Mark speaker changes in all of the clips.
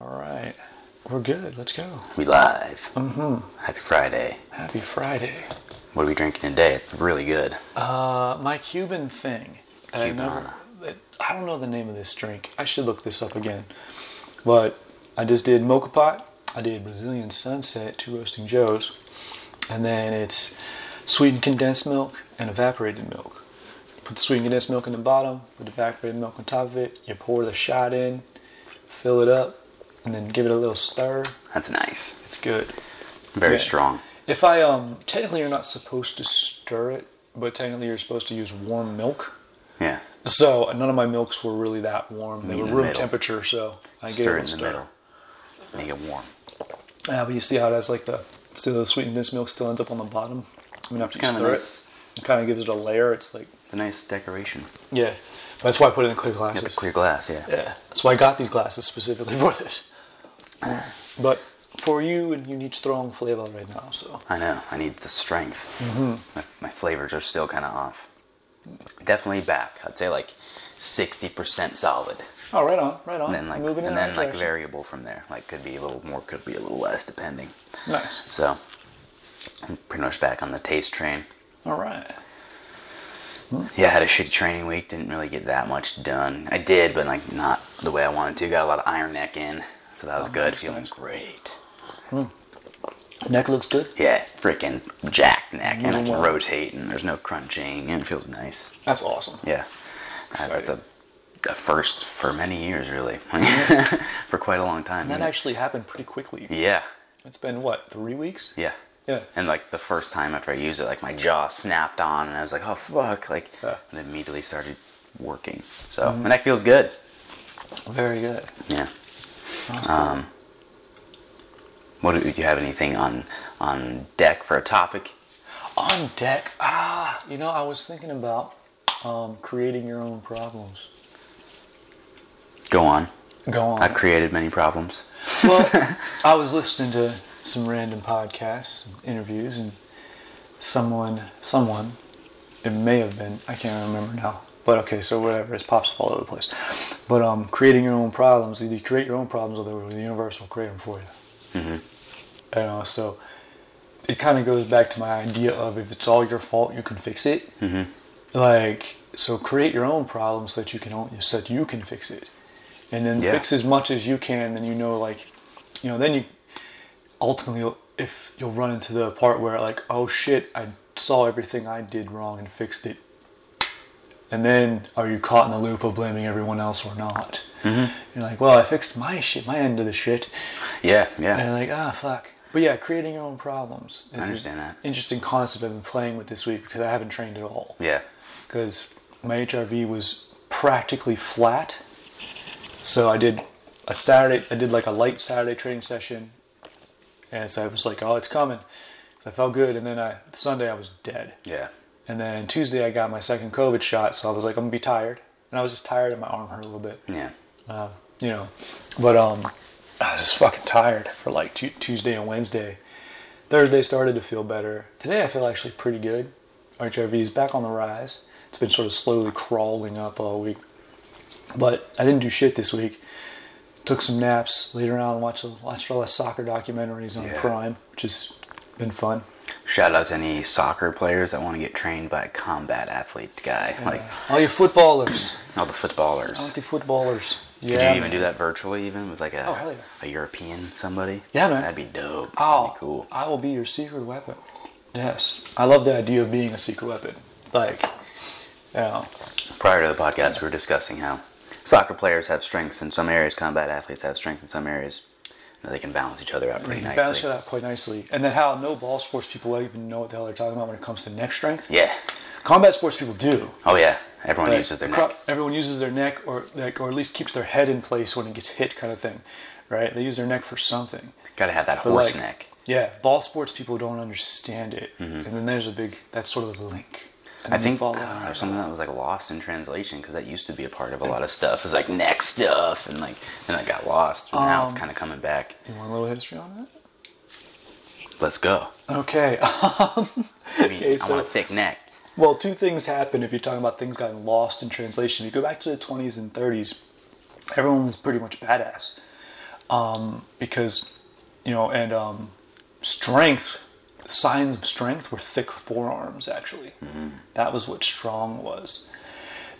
Speaker 1: All right. We're good. Let's go.
Speaker 2: We live.
Speaker 1: Mm-hmm.
Speaker 2: Happy Friday.
Speaker 1: Happy Friday.
Speaker 2: What are we drinking today? It's really good.
Speaker 1: Uh, my Cuban thing. That I never.
Speaker 2: Cubana.
Speaker 1: That, I don't know the name of this drink. I should look this up again. But I just did mocha pot. I did Brazilian sunset, two roasting joes, and then it's sweetened condensed milk and evaporated milk. Put the sweetened condensed milk in the bottom. Put the evaporated milk on top of it. You pour the shot in, fill it up, and then give it a little stir.
Speaker 2: That's nice.
Speaker 1: It's good.
Speaker 2: Very
Speaker 1: Yeah.
Speaker 2: strong.
Speaker 1: If I um technically you're not supposed to stir it, but technically you're supposed to use warm milk.
Speaker 2: Yeah.
Speaker 1: So uh, none of my milks were really that warm. They
Speaker 2: Meet
Speaker 1: were
Speaker 2: in the
Speaker 1: room
Speaker 2: middle.
Speaker 1: temperature, so I gave
Speaker 2: Stir
Speaker 1: it
Speaker 2: it
Speaker 1: a
Speaker 2: in the
Speaker 1: stir.
Speaker 2: middle. Make it warm.
Speaker 1: Yeah, but you see how it has like the still the sweetened condensed milk still ends up on the bottom. I mean, after you
Speaker 2: It's kinda
Speaker 1: stir
Speaker 2: nice.
Speaker 1: it, it kind of gives it a layer. It's like
Speaker 2: It's a nice decoration.
Speaker 1: yeah, that's why I put it in clear
Speaker 2: You got
Speaker 1: glasses.
Speaker 2: the clear glass, yeah.
Speaker 1: Yeah, that's why I got these glasses specifically for this. But for you, and you need strong flavor right now, so
Speaker 2: I know. I need the strength.
Speaker 1: Mm-hmm.
Speaker 2: My, my flavors are still kind of off. Definitely back. I'd say like 60% solid.
Speaker 1: oh, right on, right on.
Speaker 2: And then like,
Speaker 1: Moving in
Speaker 2: and
Speaker 1: the
Speaker 2: then
Speaker 1: right
Speaker 2: like
Speaker 1: direction.
Speaker 2: variable from there. Like could be a little more, could be a little less, depending.
Speaker 1: nice.
Speaker 2: So I'm pretty much back on the taste train.
Speaker 1: All right.
Speaker 2: Yeah, I had a shitty training week. Didn't really get that much done. I did, but like not the way I wanted to. Got a lot of iron neck in, so that was good.
Speaker 1: nice,
Speaker 2: Feeling
Speaker 1: nice.
Speaker 2: great.
Speaker 1: Neck looks good.
Speaker 2: Yeah, freaking jack neck, and I
Speaker 1: Yeah.
Speaker 2: can rotate, and there's no crunching, and it feels nice.
Speaker 1: That's awesome.
Speaker 2: Yeah, Uh, that's a,
Speaker 1: Exciting.
Speaker 2: a first for many years, really, for quite a long time.
Speaker 1: And that
Speaker 2: yeah.
Speaker 1: actually happened pretty quickly.
Speaker 2: yeah,
Speaker 1: It's been what three weeks?
Speaker 2: yeah,
Speaker 1: Yeah.
Speaker 2: And like the first time after I used it, like my jaw snapped on, and I was like, "Oh fuck!" Like,
Speaker 1: Yeah. Mm-hmm.
Speaker 2: and immediately started working. So my neck feels good.
Speaker 1: Very good.
Speaker 2: Yeah. Um, what do you have anything on on deck for a topic?
Speaker 1: On deck. Ah, you know, I was thinking about um, creating your own problems.
Speaker 2: Go on.
Speaker 1: Go on.
Speaker 2: I've created many problems.
Speaker 1: well, I was listening to some random podcasts, and interviews, and someone, someone, it may have been, I can't remember now. But okay, so whatever, it's pops up all over the place. But um, creating your own problems, either you create your own problems or the universe will create them for you. Mm-hmm. And also, it kind of goes back to my idea of if it's all your fault, you can fix it. Mm-hmm. Like, so create your own problems so that you can only, so that you can fix it, and then
Speaker 2: Yeah.
Speaker 1: fix as much as you can. Then you know, like, you know, then you ultimately, you'll- if you'll run into the part where like, oh shit, I saw everything I did wrong and fixed it. And then are you caught in the loop of blaming everyone else or not? Mm-hmm. You're like, well, I fixed my shit, my end of the shit.
Speaker 2: Yeah, yeah.
Speaker 1: And like, ah, fuck. But yeah, creating your own problems. is an
Speaker 2: understand that.
Speaker 1: Interesting concept I've been playing with this week because I haven't trained at all.
Speaker 2: yeah.
Speaker 1: Because my HRV was practically flat. So I did a Saturday, I did like a light Saturday training session. And so I was like, oh, it's coming. So I felt good. And then I, Sunday, I was dead.
Speaker 2: Yeah.
Speaker 1: And then Tuesday, I got my second COVID shot. So I was like, I'm going to be tired. And I was just tired and my arm hurt a little bit
Speaker 2: Yeah.
Speaker 1: uh, you know. But um, I was fucking tired for like Tu Tuesday and Wednesday. Thursday started to feel better. Today I feel actually pretty good. HRV is back on the rise. It's been sort of slowly crawling up all week. But I didn't do shit this week. Took some naps, laid around, watched watched all the soccer documentaries on
Speaker 2: Yeah.
Speaker 1: Prime, which has been fun.
Speaker 2: Shout out to any soccer players that want to get trained by a combat athlete guy, like
Speaker 1: All you footballers,
Speaker 2: all the footballers.
Speaker 1: all the footballers. Oh, Yeah,
Speaker 2: Could you even
Speaker 1: man.
Speaker 2: do that virtually, even with like a
Speaker 1: Oh, hell yeah.
Speaker 2: a European somebody?
Speaker 1: Yeah, man.
Speaker 2: That'd be dope.
Speaker 1: Oh,
Speaker 2: That'd be cool.
Speaker 1: I will be your secret weapon. Yes, I love the idea of being a secret weapon. Like, you know,
Speaker 2: Prior to the podcast, we were discussing how soccer players have strengths in some areas, combat athletes have strengths in some areas. and they can balance each other out pretty
Speaker 1: you can
Speaker 2: nicely.
Speaker 1: balance it out quite nicely. And then how no ball sports people even know what the hell they're talking about when it comes to neck strength.
Speaker 2: Yeah.
Speaker 1: Combat sports people do.
Speaker 2: Oh yeah. Everyone
Speaker 1: Like,
Speaker 2: uses their
Speaker 1: cro-
Speaker 2: neck.
Speaker 1: Everyone uses their neck, or like, or at least keeps their head in place when it gets hit, kind of thing. Right? They use their neck for something.
Speaker 2: Gotta have that
Speaker 1: But,
Speaker 2: horse
Speaker 1: like,
Speaker 2: neck. Mm-hmm.
Speaker 1: Yeah, ball sports people don't understand it, and then there's a big. That's sort of the link. And
Speaker 2: I
Speaker 1: then you
Speaker 2: think
Speaker 1: follow
Speaker 2: I don't know,
Speaker 1: that.
Speaker 2: something that was like lost in translation because that used to be a part of a lot of stuff. It's like neck stuff and like then it got lost. But now it's
Speaker 1: Um,
Speaker 2: kind of coming back.
Speaker 1: You want a little history on that?
Speaker 2: Let's go.
Speaker 1: Okay.
Speaker 2: I mean,
Speaker 1: Okay,
Speaker 2: I
Speaker 1: so-
Speaker 2: want a thick neck.
Speaker 1: well, two things happen if you're talking about things gotten lost in translation. If you go back to the 20s and 30s, everyone was pretty much badass. um, because you know, and um, strength signs of strength were thick forearms. Actually, that was what strong was.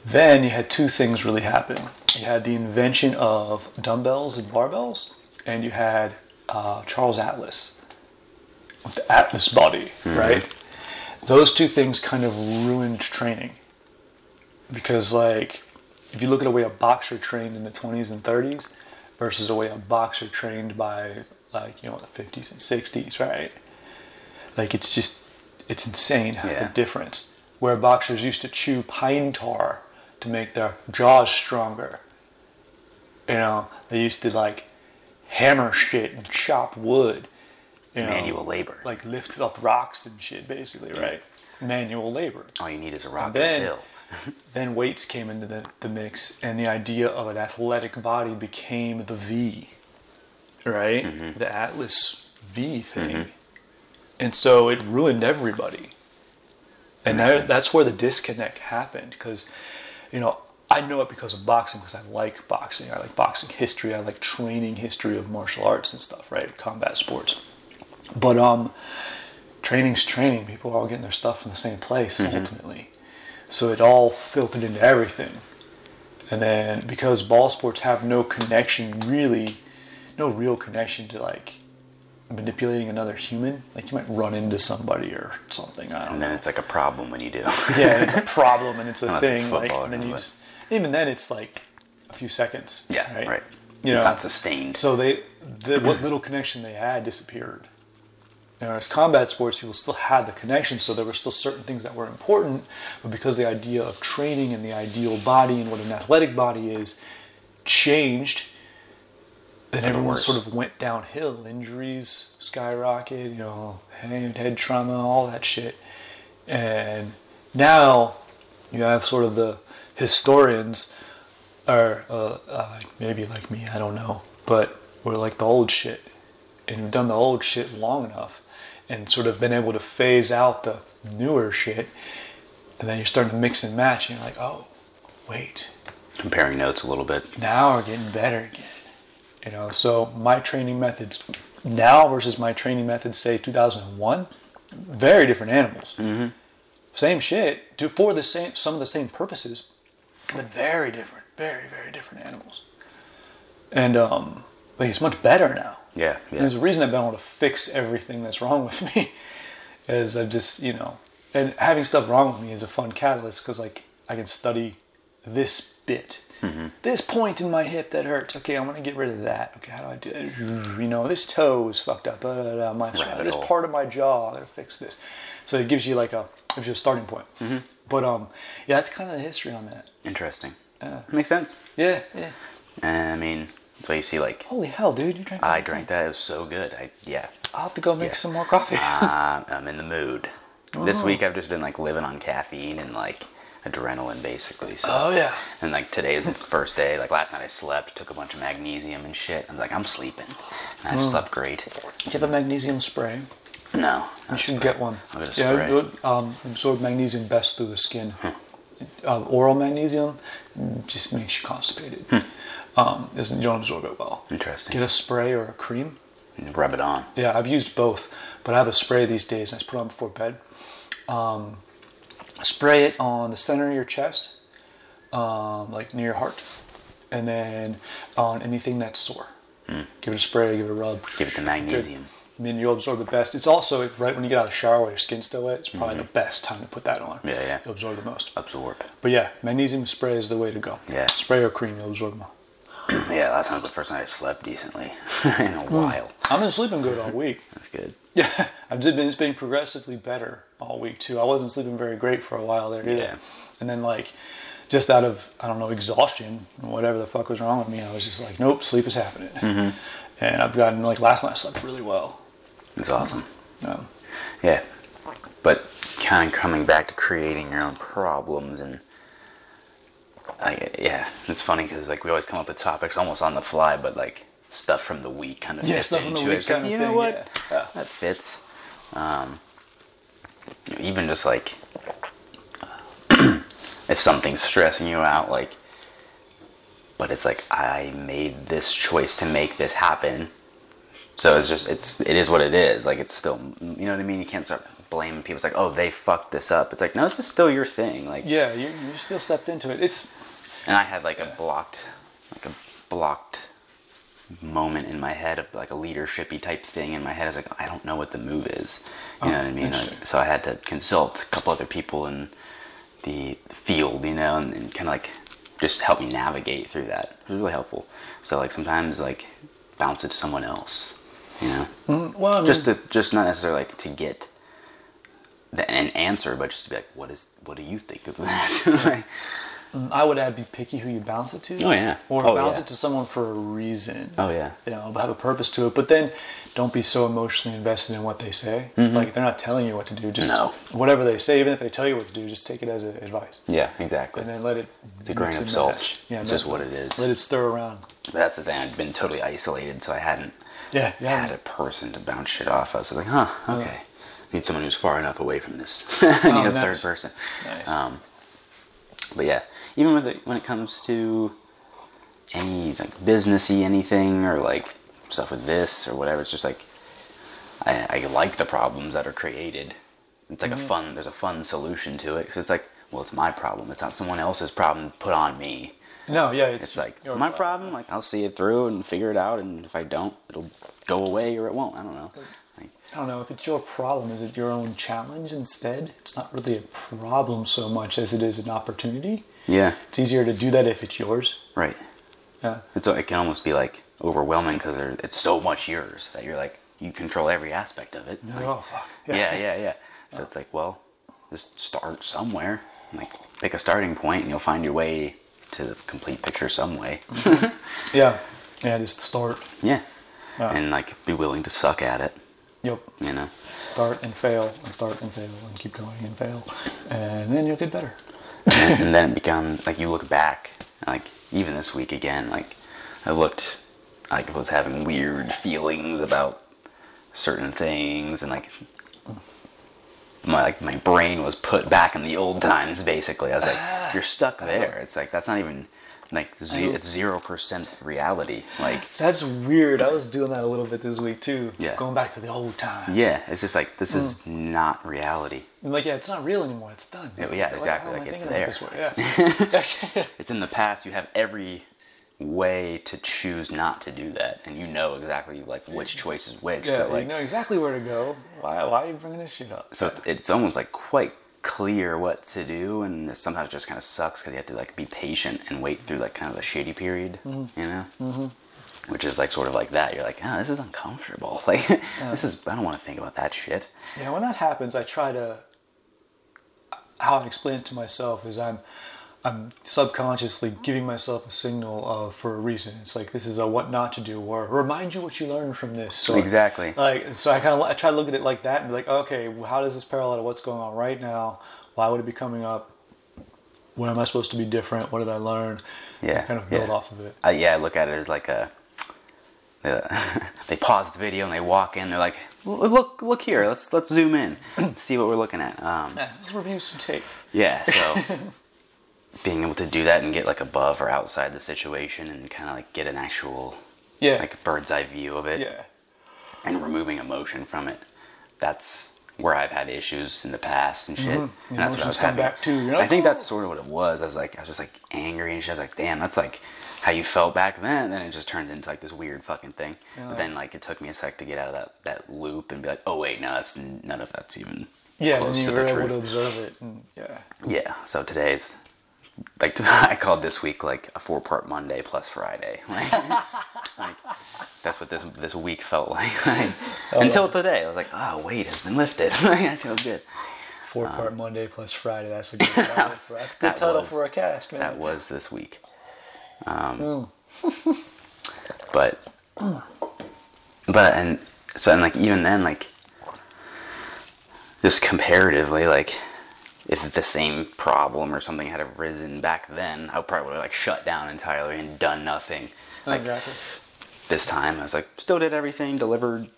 Speaker 1: Then you had two things really happen. You had the invention of dumbbells and barbells, and you had uh, Charles Atlas with the Atlas body, right? Those two things kind of ruined training because like if you look at the way a boxer trained in the 20s and 30s versus the way a boxer trained by like you know the 50s and 60s right like it's just it's insane how
Speaker 2: Yeah.
Speaker 1: the difference where boxers used to chew pine tar to make their jaws stronger you know they used to like hammer shit and chop wood you know,
Speaker 2: Manual labor.
Speaker 1: like lift up rocks and shit basically right manual labor
Speaker 2: All you need is a rock
Speaker 1: then-
Speaker 2: and a hill.
Speaker 1: then weights came into the, the mix and the idea of an athletic body became the v right the atlas v thing and so it ruined everybody and that, that's where the disconnect happened because you know i know it because of boxing because i like boxing i like boxing history i like training history of martial arts and stuff right combat sports but um training's training people are all getting their stuff from the same place
Speaker 2: Mm-hmm.
Speaker 1: ultimately so it all filtered into everything. And then because ball sports have no connection, really, no real connection to like manipulating another human, like you might run into somebody or something. I don't
Speaker 2: And
Speaker 1: know.
Speaker 2: then it's like a problem when you do.
Speaker 1: Yeah, and it's a problem and it's a
Speaker 2: Unless
Speaker 1: thing.
Speaker 2: it's
Speaker 1: like,
Speaker 2: football or
Speaker 1: and then you
Speaker 2: something.
Speaker 1: just, even then, it's like a few seconds.
Speaker 2: yeah, right.
Speaker 1: You
Speaker 2: it's
Speaker 1: know?
Speaker 2: not sustained.
Speaker 1: So they, the, what little connection they had disappeared. Now, as combat sports, people still had the connection, so there were still certain things that were important, but because the idea of training and the ideal body and what an athletic body is changed, then everyone
Speaker 2: worse.
Speaker 1: sort of went downhill. Injuries skyrocket, you know, hand, head trauma, all that shit. And now you have sort of the historians or uh, uh, maybe like me, I don't know, but we're like the old shit, and we've done the old shit long enough, and sort of been able to phase out the newer shit, and then you're starting to mix and match, and you're like, oh, wait,
Speaker 2: Comparing notes a little bit.
Speaker 1: now we're getting better again, you know. So my training methods now versus my training methods, say 2001, very different animals. Mm-hmm. Same shit, do for the same some of the same purposes, but very different, very very different animals. And um, like it's much better now.
Speaker 2: Yeah,
Speaker 1: And
Speaker 2: yeah.
Speaker 1: there's a reason I've been able to fix everything that's wrong with me, is I've just you know, and having stuff wrong with me is a fun catalyst because like I can study this bit,
Speaker 2: Mm-hmm.
Speaker 1: this point in my hip that hurts. Okay, I want to get rid of that. Okay, how do I do that? You know, this toe is fucked up. Uh, Blah, blah, blah, my
Speaker 2: Rabbit
Speaker 1: this
Speaker 2: hole.
Speaker 1: part of my jaw, I gotta fix this. So it gives you like a gives you a starting point.
Speaker 2: Mm-hmm.
Speaker 1: But um, yeah, that's kind of the history on that.
Speaker 2: Interesting. Uh, Makes sense.
Speaker 1: Yeah, yeah.
Speaker 2: And I mean, that's why you see, like,
Speaker 1: Holy hell, dude, you drank. the
Speaker 2: I
Speaker 1: whole thing.
Speaker 2: drank that. It was so good. I yeah.
Speaker 1: I'll have to go make
Speaker 2: Yeah.
Speaker 1: some more coffee.
Speaker 2: Uh, I'm in the mood. This week I've just been like living on caffeine and like adrenaline basically. So.
Speaker 1: oh yeah.
Speaker 2: And like today is the first day. Like last night I slept, took a bunch of magnesium and shit. I'm like I'm sleeping. And I slept great.
Speaker 1: Do you have a magnesium spray?
Speaker 2: No.
Speaker 1: You should get one.
Speaker 2: I'll get a
Speaker 1: yeah,
Speaker 2: spray. Hmm.
Speaker 1: it would, um, absorb magnesium best through the skin. Uh, oral magnesium mm, just makes you constipated. Um, isn't you don't absorb it well.
Speaker 2: Hmm. Interesting.
Speaker 1: Get a spray or a cream.
Speaker 2: Rub it on.
Speaker 1: Yeah, I've used both, but I have a spray these days, and I just put it on before bed. Um, spray it on the center of your chest, um, like near your heart, and then on anything that's sore. Give it a spray. Give it a rub.
Speaker 2: Hmm. Give it the magnesium.
Speaker 1: I mean, you'll absorb the best. It's also if- right when you get out of the shower while your skin's still wet. It's probably the best time to put that on.
Speaker 2: Mm-hmm. Yeah, yeah.
Speaker 1: You'll absorb the most.
Speaker 2: Absorb.
Speaker 1: But yeah, magnesium spray is the way to go.
Speaker 2: Yeah.
Speaker 1: Spray or cream, you'll absorb more.
Speaker 2: Yeah, last night was the first night I slept decently in a while.
Speaker 1: I've been sleeping good all week.
Speaker 2: That's good.
Speaker 1: Yeah, I've just been it's been progressively better all week too. I wasn't sleeping very great for a while there either,
Speaker 2: Yeah.
Speaker 1: and then like just out of I don't know exhaustion, whatever the fuck was wrong with me, I was just like, nope, sleep is happening.
Speaker 2: Mm-hmm.
Speaker 1: And I've gotten like last night I slept really well.
Speaker 2: It's awesome.
Speaker 1: Um,
Speaker 2: Yeah. But kind of coming back to creating your own problems and I, yeah, it's funny because like we always come up with topics almost on the fly, but like stuff from the week kind of
Speaker 1: Yeah,
Speaker 2: fits
Speaker 1: stuff from
Speaker 2: into
Speaker 1: the
Speaker 2: it.
Speaker 1: week
Speaker 2: It's like,
Speaker 1: kind of
Speaker 2: you know
Speaker 1: thing,
Speaker 2: what?
Speaker 1: yeah. Yeah.
Speaker 2: That fits. Um, even just like if something's stressing you out, like but it's like I made this choice to make this happen. So it's just it's it is what it is. Like it's still you know what I mean. You can't start blaming people. It's like oh they fucked this up. It's like no, this is still your thing. Like
Speaker 1: Yeah, you, you still stepped into it. It's
Speaker 2: and I had like a blocked, like a blocked moment in my head of like a leadershipy type thing in my head. I was like, I don't know what the move is. You know what I mean? Like,
Speaker 1: interesting.
Speaker 2: so I had to consult a couple other people in the field, you know, and, and kind of like just help me navigate through that. It was really helpful. So like sometimes like bounce it to someone else, you know,
Speaker 1: well, I mean,
Speaker 2: just to just not necessarily like to get. The, an answer, but just to be like, what is? What do you think of that? Like,
Speaker 1: I would add be picky who you bounce it to.
Speaker 2: Oh, yeah.
Speaker 1: Or
Speaker 2: Oh,
Speaker 1: bounce
Speaker 2: yeah.
Speaker 1: it to someone for a reason.
Speaker 2: oh yeah,
Speaker 1: You know, have a purpose to it. But then don't be so emotionally invested in what they say. Like they're not telling you what to do. Just
Speaker 2: Mm-hmm. No.
Speaker 1: whatever they say, even if they tell you what to do, just take it as a, advice.
Speaker 2: yeah, exactly.
Speaker 1: And then let it
Speaker 2: It's a grain
Speaker 1: mix
Speaker 2: of
Speaker 1: and
Speaker 2: salt.
Speaker 1: match.
Speaker 2: It's
Speaker 1: let-
Speaker 2: just what it is.
Speaker 1: Let it stir around.
Speaker 2: But that's the thing. I'd been totally isolated, so I hadn't
Speaker 1: Yeah, yeah.
Speaker 2: had a person to bounce shit off. of. So I was like, huh, okay. Need someone who's far enough away from this. I need a
Speaker 1: Oh, nice.
Speaker 2: third person.
Speaker 1: Nice.
Speaker 2: Um, but yeah, even with it, when it comes to any like businessy anything or like stuff with this or whatever, it's just like I, I like the problems that are created. It's like a
Speaker 1: Mm-hmm.
Speaker 2: fun. There's a fun solution to it because it's like, well, it's my problem. It's not someone else's problem put on me.
Speaker 1: No, Oh, yeah, it's,
Speaker 2: It's like
Speaker 1: your
Speaker 2: my problem. Like I'll see it through and figure it out, and if I don't, it'll go away or it won't. I don't know. Like,
Speaker 1: I don't know if it's your problem. Is it your own challenge instead? It's not really a problem so much as it is an opportunity.
Speaker 2: yeah,
Speaker 1: It's easier to do that if it's yours.
Speaker 2: right.
Speaker 1: Yeah.
Speaker 2: It's it can almost be like overwhelming because it's so much yours that you're like you control every aspect of it. Like,
Speaker 1: oh, fuck.
Speaker 2: yeah, yeah, yeah. So it's like, well, just start somewhere. Like pick a starting point, and you'll find your way to the complete picture some way.
Speaker 1: Mm-hmm. Yeah. Yeah, just start.
Speaker 2: yeah,
Speaker 1: Yeah.
Speaker 2: and like be willing to suck at it.
Speaker 1: Yep.
Speaker 2: You know.
Speaker 1: Start and fail and start and fail and keep going and fail. And then you'll get better.
Speaker 2: and and then it become like you look back like even this week again like i looked like i was having weird feelings about certain things and like my like my brain was put back in the old times basically i was like you're stuck there it's like that's not even like ze- it's zero percent reality like
Speaker 1: That's weird. I was doing that a little bit this week too.
Speaker 2: Yeah.
Speaker 1: Going back to the old times.
Speaker 2: yeah it's just like this is not reality
Speaker 1: And like, yeah, it's not real anymore. It's done.
Speaker 2: Yeah, yeah,
Speaker 1: Like,
Speaker 2: exactly.
Speaker 1: how am
Speaker 2: Like,
Speaker 1: I
Speaker 2: it's
Speaker 1: thinking about
Speaker 2: there.
Speaker 1: this way? Yeah.
Speaker 2: it's in the past you have every way to choose not to do that and you know exactly like which choice is which
Speaker 1: yeah,
Speaker 2: so like
Speaker 1: you know exactly where to go. Why, why are you bringing this shit up?
Speaker 2: so it's, it's almost like quite clear what to do and sometimes it just kind of sucks because you have to like be patient and wait through like kind of a shitty period you know mm-hmm. which is like sort of like that you're like oh this is uncomfortable like this is i don't want to think about that shit
Speaker 1: Yeah, when that happens, I try to. How I explain it to myself is I'm, I'm subconsciously giving myself a signal of, for a reason. It's like this is a what not to do, or remind you what you learned from this. So
Speaker 2: Exactly.
Speaker 1: Like so, I kind of I try to look at it like that and be like, okay, well, how does this parallel to what's going on right now? Why would it be coming up? Where am I supposed to be different? What did I learn?
Speaker 2: Yeah,
Speaker 1: kind of build
Speaker 2: yeah.
Speaker 1: off of it.
Speaker 2: I, Uh, yeah, I look at it as like a. the- they pause the video and they walk in. They're like, "Look, look- look here. Let's let's zoom in, see what we're looking at." Um,
Speaker 1: Yeah, let's review some tape.
Speaker 2: yeah, so being able to do that and get like above or outside the situation and kind of like get an actual
Speaker 1: Yeah,
Speaker 2: like bird's eye view of it
Speaker 1: yeah,
Speaker 2: and removing emotion from it. That's where I've had issues in the past and shit. And that's what
Speaker 1: Mm-hmm. Emotions
Speaker 2: I was
Speaker 1: come
Speaker 2: having.
Speaker 1: back too, you know?
Speaker 2: I think that's sort of what it was. I was like, I was just like angry and shit. I was like, damn, that's like how you felt back then. And then it just turned into like this weird fucking thing. but then like it took me a sec to get out of that, that loop and be like, oh wait, no, that's none of that's even
Speaker 1: yeah.
Speaker 2: close
Speaker 1: Then you
Speaker 2: to
Speaker 1: were
Speaker 2: the
Speaker 1: able
Speaker 2: truth.
Speaker 1: to observe it. And, yeah.
Speaker 2: Yeah. So today's like I called this week like a four part Monday plus Friday. Like, like, that's what this this week felt like. Like, until today, I was like, oh wait, it's been lifted. Like, I feel good.
Speaker 1: Four part Monday plus Friday. That's a good title.
Speaker 2: was-
Speaker 1: for, that's a good
Speaker 2: Um, that
Speaker 1: title
Speaker 2: was-
Speaker 1: for a cast, man.
Speaker 2: That was this week. Um, but but and so and like even then like just comparatively like if the same problem or something had arisen back then, I probably would have like shut down entirely and done nothing. Like
Speaker 1: exactly.
Speaker 2: this time, I was like still did everything, delivered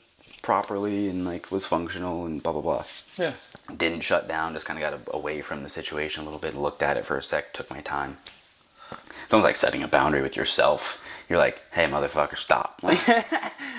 Speaker 2: properly, and like was functional and blah blah blah
Speaker 1: Yeah.
Speaker 2: didn't shut down just kind of got a- away from the situation a little bit looked at it for a sec took my time It's almost like setting a boundary with yourself. You're like, hey, motherfucker, stop. Like,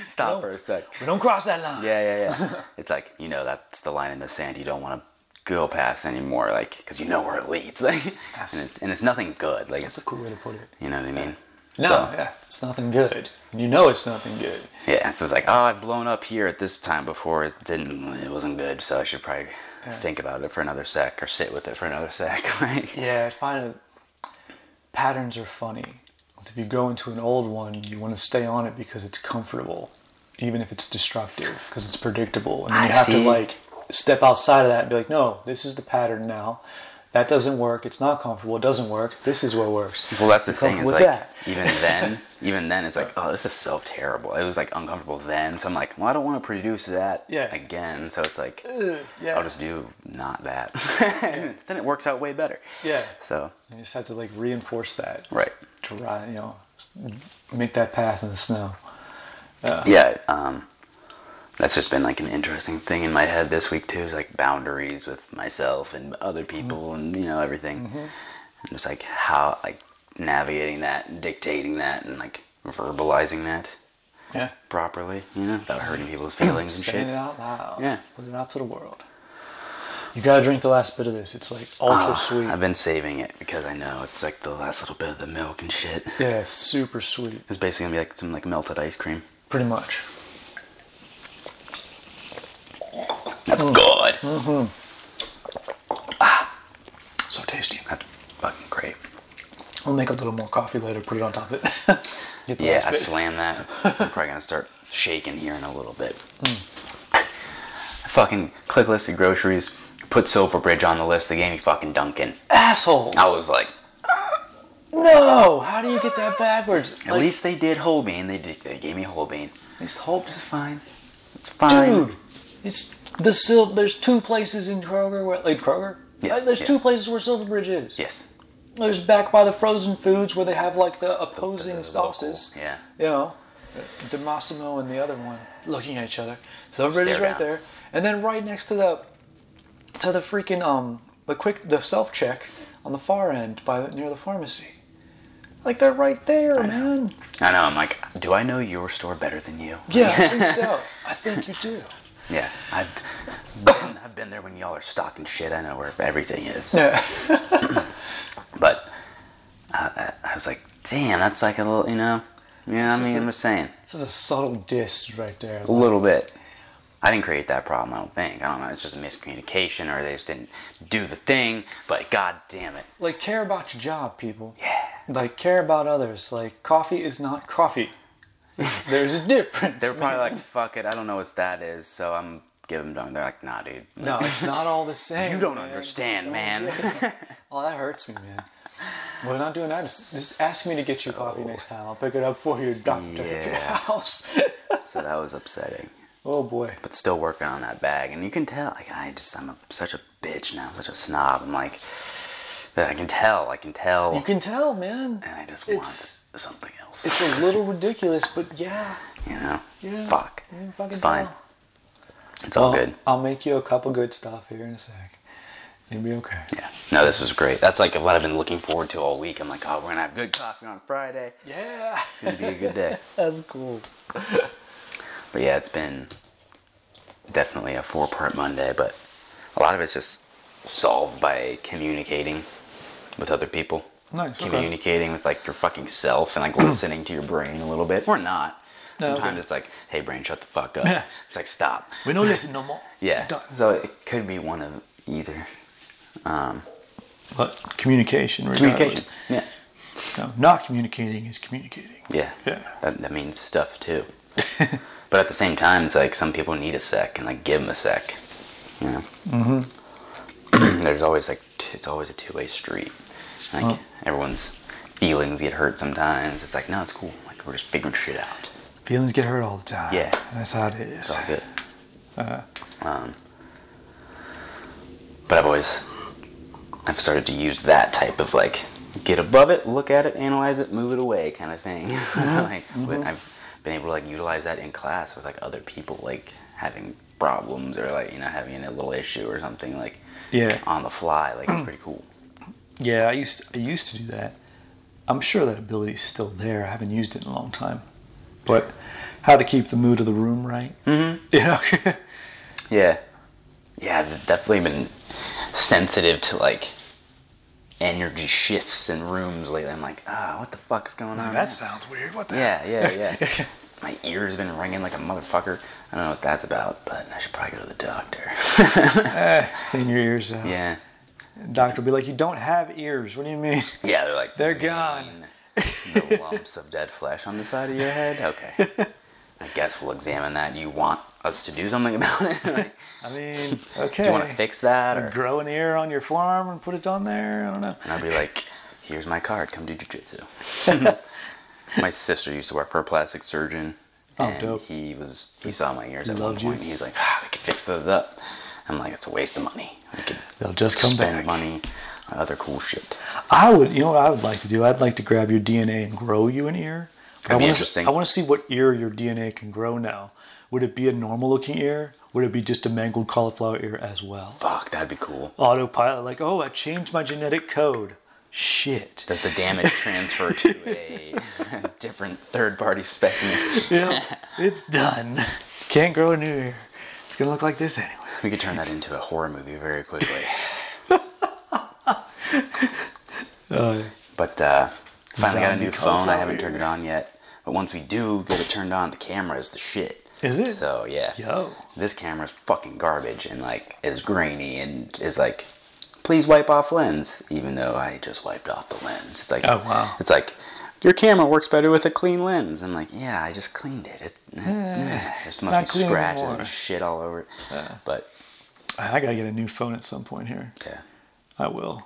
Speaker 2: stop for a sec.
Speaker 1: We don't cross that line.
Speaker 2: Yeah, yeah, yeah. it's like, you know, that's the line in the sand you don't want to go past anymore, like, because you know where it leads. Like,
Speaker 1: That's-
Speaker 2: and, it's, and it's nothing good. Like,
Speaker 1: That's
Speaker 2: it's,
Speaker 1: a cool way to put it.
Speaker 2: you know what I mean?
Speaker 1: No,
Speaker 2: So-
Speaker 1: yeah, it's nothing good. You know it's nothing good.
Speaker 2: Yeah, it's just like, oh, I've blown up here at this time before. It didn't. It wasn't good. So I should probably think about it for another sec or sit with it for another sec. like,
Speaker 1: Yeah, I find it, patterns are funny. If you go into an old one, you want to stay on it because it's comfortable, even if it's destructive, because it's predictable. And then
Speaker 2: I
Speaker 1: you have to
Speaker 2: see.
Speaker 1: like step outside of that and be like, no, this is the pattern now. That doesn't work. It's not comfortable. It doesn't work. This is what works.
Speaker 2: well, that's the
Speaker 1: You're
Speaker 2: thing. Is
Speaker 1: comfortable
Speaker 2: like,
Speaker 1: with
Speaker 2: even then, even then, it's like, oh, this is so terrible. It was like uncomfortable then. So I'm like, well, I don't want to produce that
Speaker 1: Yeah.
Speaker 2: again. So it's like,
Speaker 1: that. Yeah.
Speaker 2: I'll just do not that. then it works out way better.
Speaker 1: yeah.
Speaker 2: So
Speaker 1: You just have to like reinforce that.
Speaker 2: Right.
Speaker 1: Dry, you know, make that path in the snow.
Speaker 2: yeah, um, that's just been like an interesting thing in my head this week too. Is like boundaries with myself and other people,
Speaker 1: Mm-hmm.
Speaker 2: and you know everything. And just like how like navigating that, dictating that, and like verbalizing that
Speaker 1: Yeah.
Speaker 2: properly, you know, without hurting people's feelings and
Speaker 1: Saying it
Speaker 2: shit.
Speaker 1: out loud.
Speaker 2: Yeah.
Speaker 1: Put it out to the world. You gotta drink the last bit of this. It's like ultra
Speaker 2: Ah,
Speaker 1: sweet.
Speaker 2: I've been saving it because I know it's like the last little bit of the milk and shit.
Speaker 1: yeah, it's super sweet.
Speaker 2: It's basically gonna be like some like melted ice cream.
Speaker 1: Pretty much.
Speaker 2: That's
Speaker 1: Mm.
Speaker 2: good.
Speaker 1: So tasty.
Speaker 2: That's fucking great.
Speaker 1: I'll make a little more coffee later, put it on top of it. Get the
Speaker 2: Yeah,
Speaker 1: last
Speaker 2: I
Speaker 1: bit.
Speaker 2: slammed that. I'm probably gonna start shaking here in a little bit.
Speaker 1: Mm.
Speaker 2: I fucking click list of groceries, put Silver Bridge on the list. They gave me fucking Dunkin'.
Speaker 1: Assholes!
Speaker 2: I was like,
Speaker 1: No! How do you get that backwards?
Speaker 2: at least they did whole bean. They did, they gave me whole bean.
Speaker 1: at least hope.
Speaker 2: It's fine. It's fine.
Speaker 1: Dude! It's the Sil- there's two places in Kroger where like Kroger?
Speaker 2: Yes,
Speaker 1: Uh, there's
Speaker 2: yes.
Speaker 1: two places where Silverbridge is.
Speaker 2: Yes.
Speaker 1: There's back by the frozen foods where they have like the opposing
Speaker 2: The
Speaker 1: sauces.
Speaker 2: local- Yeah.
Speaker 1: you know, DeMassimo and the other one looking at each other. So everybody's
Speaker 2: Stare
Speaker 1: right
Speaker 2: down.
Speaker 1: there, and then right next to the to the freaking um the quick the self check on the far end by the, near the pharmacy. Like they're right there, man.
Speaker 2: I know. I'm like, do I know your store better than you?
Speaker 1: Yeah, I think so. I think you do.
Speaker 2: Yeah. I've been, I've been there when y'all are stocking shit. I know where everything is.
Speaker 1: Yeah,
Speaker 2: But I, I, I was like, damn, that's like a little, you know, you know what I
Speaker 1: just
Speaker 2: mean?
Speaker 1: a-
Speaker 2: I'm just saying.
Speaker 1: this is a subtle diss right there.
Speaker 2: A little bit. I didn't create that problem, I don't think. I don't know. It's just a miscommunication or they just didn't do the thing, but god damn it.
Speaker 1: Like care about your job, people.
Speaker 2: Yeah.
Speaker 1: Like care about others. Like coffee is not coffee. There's a difference.
Speaker 2: They were
Speaker 1: man.
Speaker 2: probably like, fuck it, I don't know what that is, so I'm giving them dunk. They're like, nah, dude.
Speaker 1: No, it's not all the same.
Speaker 2: You don't
Speaker 1: man.
Speaker 2: understand,
Speaker 1: Don't
Speaker 2: man.
Speaker 1: get it. oh, that hurts me, man. We're not doing that. Just just ask me to get you coffee next time. I'll pick it up for you, doctor, at your
Speaker 2: Yeah.
Speaker 1: house.
Speaker 2: So that was upsetting.
Speaker 1: oh boy.
Speaker 2: But still working on that bag. And you can tell, like, I just, I'm a, such a bitch now. I'm such a snob. I'm like, that I can tell, I can tell.
Speaker 1: You can tell, man.
Speaker 2: and I just want
Speaker 1: It's-
Speaker 2: something else.
Speaker 1: It's a little ridiculous, but yeah.
Speaker 2: You know?
Speaker 1: Yeah.
Speaker 2: Fuck.
Speaker 1: You can fucking
Speaker 2: It's fine.
Speaker 1: tell.
Speaker 2: It's all
Speaker 1: Well,
Speaker 2: good.
Speaker 1: I'll make you a cup of good stuff here in a sec. You'll be okay.
Speaker 2: Yeah. No, this was great. That's like what I've been looking forward to all week. I'm like, oh, we're gonna have good coffee on Friday.
Speaker 1: Yeah.
Speaker 2: It's gonna be a good day.
Speaker 1: That's cool.
Speaker 2: But yeah, it's been definitely a four-part Monday, but a lot of it's just solved by communicating with other people.
Speaker 1: Nice, okay.
Speaker 2: Communicating with like your fucking self and like listening to your brain a little bit, or not.
Speaker 1: No,
Speaker 2: Sometimes
Speaker 1: okay.
Speaker 2: it's like, hey, brain, shut the fuck up.
Speaker 1: Yeah.
Speaker 2: It's like, stop.
Speaker 1: We don't listen no more.
Speaker 2: Yeah.
Speaker 1: Done.
Speaker 2: So it could be one of either.
Speaker 1: But communication, regardless.
Speaker 2: Communication. Yeah.
Speaker 1: No, not communicating is communicating.
Speaker 2: Yeah.
Speaker 1: Yeah.
Speaker 2: That, that means stuff too. but at the same time, it's like some people need a sec and like give them a sec. You know? Mm-hmm. There's always like, t- it's always a two way street. Like everyone's feelings get hurt sometimes. It's like, no, it's cool. Like we're just figuring shit out.
Speaker 1: Feelings get hurt all the time.
Speaker 2: Yeah.
Speaker 1: That's how it is.
Speaker 2: It's all good. Um, but I've always, I've started to use that type of like, get above it, look at it, analyze it, move it away kind of thing. like, when I've been able to like utilize that in class with like other people like having problems or like you know having a little issue or something like
Speaker 1: Yeah.
Speaker 2: on the fly. Like it's pretty cool.
Speaker 1: Yeah, I used I used to do that. I'm sure that ability is still there. I haven't used it in a long time, but how to keep the mood of the room right? Mm-hmm. You
Speaker 2: Uh-huh.
Speaker 1: know,
Speaker 2: Yeah. Yeah, I've definitely been sensitive to like energy shifts in rooms lately. I'm like, ah, what the fuck's going on?
Speaker 1: that sounds weird. What the?
Speaker 2: yeah, yeah, yeah. My ear's been ringing like a motherfucker. I don't know what that's about, but I should probably go to the doctor.
Speaker 1: Eh, clean your ears out.
Speaker 2: yeah.
Speaker 1: Doctor will be like, you don't have ears. What do you mean?
Speaker 2: Yeah, they're like
Speaker 1: They're
Speaker 2: "You
Speaker 1: gone."
Speaker 2: mean The lumps of dead flesh on the side of your head. Okay, I guess we'll examine that. Do you want us to do something about it? Like,
Speaker 1: I mean, okay.
Speaker 2: Do you want to fix that? Or?
Speaker 1: Grow an ear on your forearm and put it on there. I don't know.
Speaker 2: And I'll be like, here's my card. Come do jujitsu. my sister used to work for a plastic surgeon.
Speaker 1: Oh,
Speaker 2: and
Speaker 1: dope.
Speaker 2: He was he saw my ears at one
Speaker 1: loved you.
Speaker 2: point. and He's like, ah, we could fix those up. I'm like, it's a waste of money. We could
Speaker 1: They'll just come
Speaker 2: spend
Speaker 1: back.
Speaker 2: money on other cool shit.
Speaker 1: I would, you know, what I would like to do. I'd like to grab your DNA and grow you an ear. But I
Speaker 2: That'd be
Speaker 1: wanna-
Speaker 2: interesting.
Speaker 1: I want to see what ear your DNA can grow now. Would it be a normal-looking ear? Would it be just a mangled cauliflower ear as well?
Speaker 2: Fuck, that'd be cool.
Speaker 1: Autopilot, like, oh, I changed my genetic code. Shit.
Speaker 2: Does the damage transfer to a different third-party specimen?
Speaker 1: Yeah, it's done. Can't grow a new ear. It's gonna look like this anyway.
Speaker 2: We could turn that into a horror movie very quickly. But uh, finally got a
Speaker 1: Zombie
Speaker 2: new phone. I
Speaker 1: cauliflower.
Speaker 2: haven't turned it on yet. But once we do get it turned on, the camera is the shit.
Speaker 1: Is it?
Speaker 2: So yeah.
Speaker 1: Yo.
Speaker 2: This camera's fucking garbage and like is grainy and is like, please wipe off lens. Even though I just wiped off the lens. It's like,
Speaker 1: Oh, wow.
Speaker 2: It's like. Your camera works better with a clean lens. I'm like, yeah, I just cleaned it. It there's
Speaker 1: Eh, not
Speaker 2: must be
Speaker 1: clean
Speaker 2: scratches
Speaker 1: anymore.
Speaker 2: and shit all over it. But
Speaker 1: I gotta get a new phone at some point here.
Speaker 2: yeah,
Speaker 1: I will.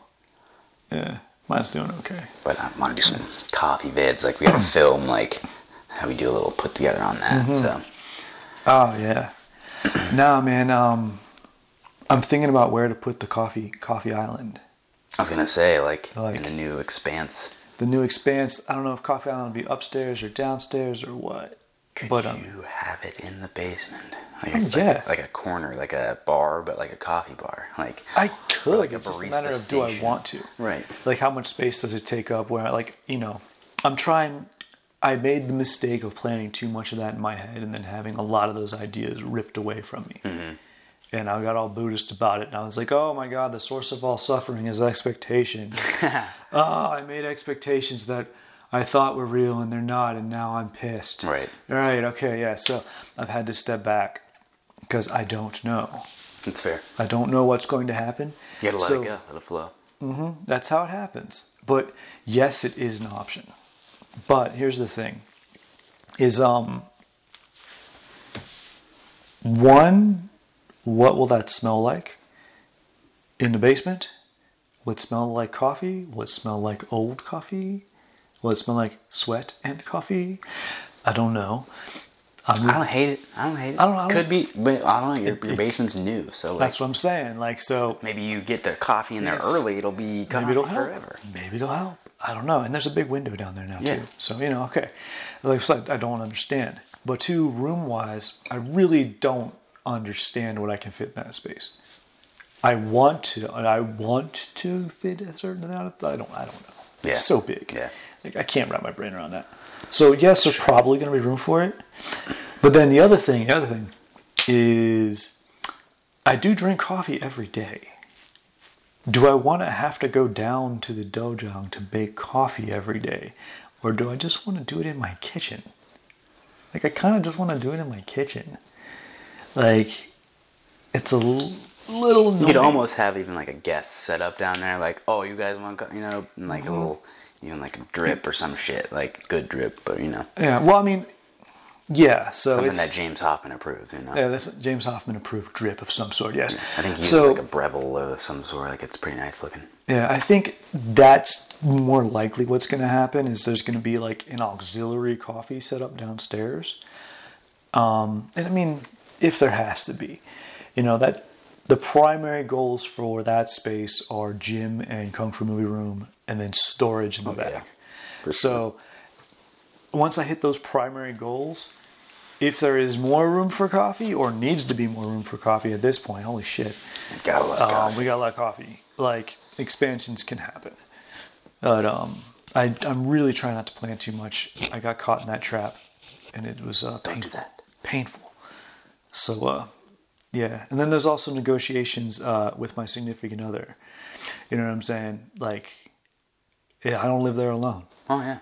Speaker 1: Yeah, mine's doing okay.
Speaker 2: But I want to do some coffee vids. Like we got to film like how we do a little put together on
Speaker 1: Mm-hmm.
Speaker 2: that. So
Speaker 1: Oh yeah. nah, man. Um, I'm thinking about where to put the coffee coffee island.
Speaker 2: I was gonna say like,
Speaker 1: Like-
Speaker 2: in the new expanse,
Speaker 1: The new expanse. I don't know if coffee island will be upstairs or downstairs or what.
Speaker 2: could
Speaker 1: but um,
Speaker 2: you have it in the basement? Like,
Speaker 1: Oh,
Speaker 2: a, like,
Speaker 1: yeah.
Speaker 2: a, like a corner, like a bar, but like a coffee bar. Like
Speaker 1: I
Speaker 2: or
Speaker 1: could.
Speaker 2: like a
Speaker 1: it's just a
Speaker 2: barista
Speaker 1: matter of do I
Speaker 2: station.
Speaker 1: want to?
Speaker 2: Right.
Speaker 1: Like how much space does it take up? Where like you know, I'm trying. I made the mistake of planning too much of that in my head and then having a lot of those ideas ripped away from me.
Speaker 2: Mm-hmm.
Speaker 1: And I got all Buddhist about it, and I was like, "Oh my God, the source of all suffering is expectation." oh, I made expectations that I thought were real and they're not, and now I'm pissed.
Speaker 2: Right.
Speaker 1: All right. Okay. Yeah. So I've had to step back because I don't know.
Speaker 2: That's fair.
Speaker 1: I don't know what's going to happen.
Speaker 2: You gotta let
Speaker 1: So
Speaker 2: it go, let it flow.
Speaker 1: That's how it happens. But yes, it is an option. But here's the thing: is um one, what will that smell like in the basement? Will it smell like coffee? Will it smell like old coffee? Will it smell like sweat and coffee? I don't know.
Speaker 2: I don't hate it. I don't hate it.
Speaker 1: I don't- I don't-
Speaker 2: Could be, but I don't know. Your, your basement's new, so like
Speaker 1: That's what I'm saying. Like so.
Speaker 2: maybe you get the coffee in there
Speaker 1: Yes.
Speaker 2: early. It'll be coffee
Speaker 1: Maybe it'll help.
Speaker 2: forever.
Speaker 1: Maybe it'll help. I don't know. And there's a big window down there now
Speaker 2: Yeah.
Speaker 1: too. So you know, okay. Like I said, I don't understand. But two room wise, I really don't understand what I can fit in that space. I want to, and I want to fit a certain amount. Of, I don't. I don't know.
Speaker 2: Yeah.
Speaker 1: It's so big.
Speaker 2: Yeah.
Speaker 1: Like I can't wrap my brain around that. So yes, there's probably going to be room for it. But then the other thing, the other thing, is I do drink coffee every day. Do I want to have to go down to the dojang to bake coffee every day? Or do I just want to do it in my kitchen? Like, I kind of just want to do it in my kitchen. Like, it's a l- little.
Speaker 2: You could
Speaker 1: annoying.
Speaker 2: almost have even like a guest set up down there, like, oh, you guys want, co-" you know, and like a
Speaker 1: Mm-hmm.
Speaker 2: little, even like a drip or some shit, like good drip, but you know,
Speaker 1: Yeah, well, I mean, yeah, so
Speaker 2: something
Speaker 1: it's.
Speaker 2: that James Hoffman approved, you know.
Speaker 1: yeah, that's James Hoffman approved drip of some sort, yes.
Speaker 2: I think he used
Speaker 1: so,
Speaker 2: like a Breville of some sort, like it's pretty nice looking.
Speaker 1: Yeah, I think that's more likely what's going to happen is there's going to be like an auxiliary coffee set up downstairs. Um, and I mean, if there has to be, you know, that the primary goals for that space are gym and kung fu movie room and then storage in the
Speaker 2: Oh, yeah.
Speaker 1: back.
Speaker 2: For
Speaker 1: So once I hit those primary goals, if there is more room for coffee or needs to be more room for coffee at this point, holy shit.
Speaker 2: Gotta love
Speaker 1: Um,
Speaker 2: God.
Speaker 1: we got a lot of coffee. Like expansions can happen, but um, I, I'm really trying not to plan too much. I got caught in that trap, and it was uh, painful.
Speaker 2: that.
Speaker 1: Painful. So, uh, yeah. And then there's also negotiations uh, with my significant other. You know what I'm saying? Like, yeah, I don't live there alone.
Speaker 2: Oh yeah.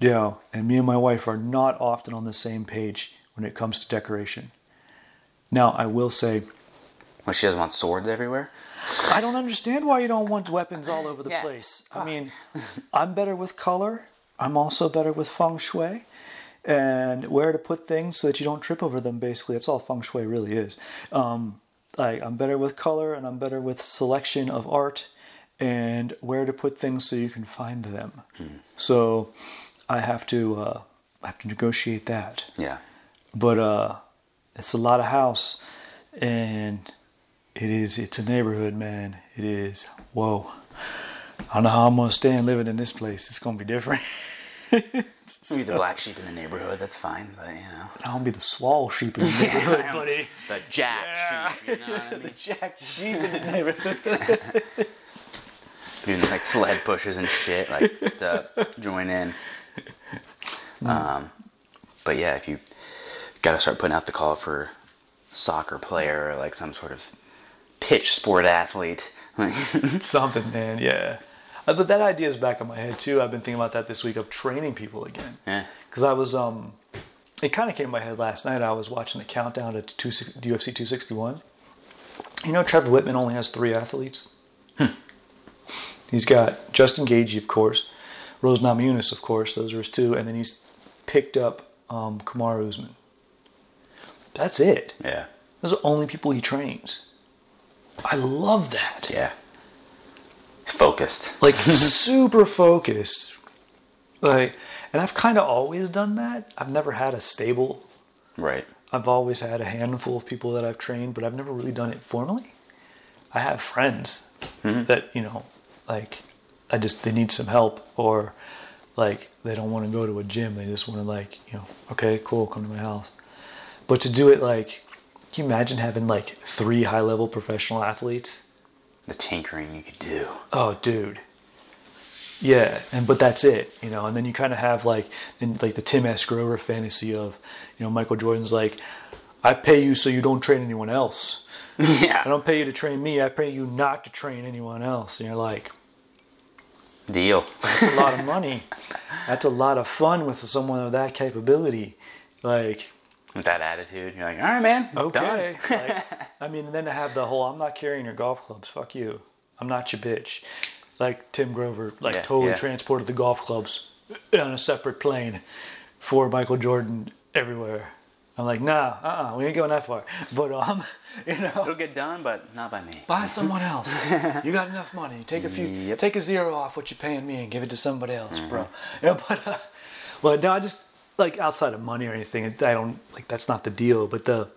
Speaker 1: You know, and me and my wife are not often on the same page when it comes to decoration. Now, I will say,
Speaker 2: Well, she doesn't want swords everywhere.
Speaker 1: I don't understand why you don't want weapons all over the
Speaker 2: Yeah.
Speaker 1: place. I mean, I'm better with color. I'm also better with feng shui and where to put things so that you don't trip over them. Basically, that's all feng shui really is. Um, I, I'm better with color and I'm better with selection of art and where to put things so you can find them. So I have to uh, I have to negotiate that
Speaker 2: Yeah.
Speaker 1: but uh it's a lot of house and it is it's a neighborhood man it is whoa i don't know how i'm gonna stand living in this place it's gonna be different
Speaker 2: You're the black sheep in the neighborhood. That's fine, but you know.
Speaker 1: i'm gonna be the swall sheep in the neighborhood buddy
Speaker 2: The jack sheep. You know what I mean?
Speaker 1: jack sheep in the neighborhood
Speaker 2: Doing like sled pushes and shit. Like, what's up? Join in.
Speaker 1: Mm.
Speaker 2: Um, but yeah, if you gotta start putting out the call for soccer player or like some sort of pitch sport athlete. Like,
Speaker 1: something man yeah Uh, but that idea is back in my head too i've been thinking about that this week of training people again
Speaker 2: eh,
Speaker 1: because I was um, it kind of came to my head last night. I was watching the countdown to two, UFC 261. You know, Trevor Whitman only has three athletes. He's got Justin Gagey, of course, Rose Namajunas, of course. Those are his two, and then he's picked up um, Kamar Usman. That's it.
Speaker 2: yeah,
Speaker 1: Those are the only people he trains. I love that.
Speaker 2: yeah. Focused.
Speaker 1: Like super focused. Like, and I've kind of always done that. I've never had a stable
Speaker 2: Right.
Speaker 1: I've always had a handful of people that I've trained, but I've never really done it formally. I have friends that, you know, like I just they need some help or like they don't want to go to a gym. They just want to like, you know, okay, cool, come to my house. But to do it like can you imagine having like three high level professional athletes?
Speaker 2: The tinkering you could do.
Speaker 1: Oh dude. Yeah, and but that's it, you know. And then you kind of have like, then like the Tim S. Grover fantasy of, you know, Michael Jordan's like, I pay you so you don't train anyone else. I
Speaker 2: Yeah.
Speaker 1: don't pay you to train me. I pay you not to train anyone else. And you're like,
Speaker 2: Deal.
Speaker 1: that's a lot of money. That's a lot of fun with someone of that capability. Like,
Speaker 2: With that attitude, you're like, all right, man.
Speaker 1: okay.
Speaker 2: done."
Speaker 1: like, I mean, and then to have the whole, I'm not carrying your golf clubs. Fuck you. I'm not your bitch. Like Tim Grover, like
Speaker 2: Yeah,
Speaker 1: totally
Speaker 2: yeah.
Speaker 1: transported the golf clubs on a separate plane for Michael Jordan everywhere. I'm like, nah, uh-uh, we ain't going that far. But um, you know,
Speaker 2: It'll get done, but not by me.
Speaker 1: Buy someone else. you got enough money. Take a few.
Speaker 2: Yep.
Speaker 1: Take a zero off what you're paying me and give it to somebody else, bro.
Speaker 2: Mm-hmm.
Speaker 1: You know, but uh, well, no, I just like outside of money or anything. I don't like that's not the deal. But the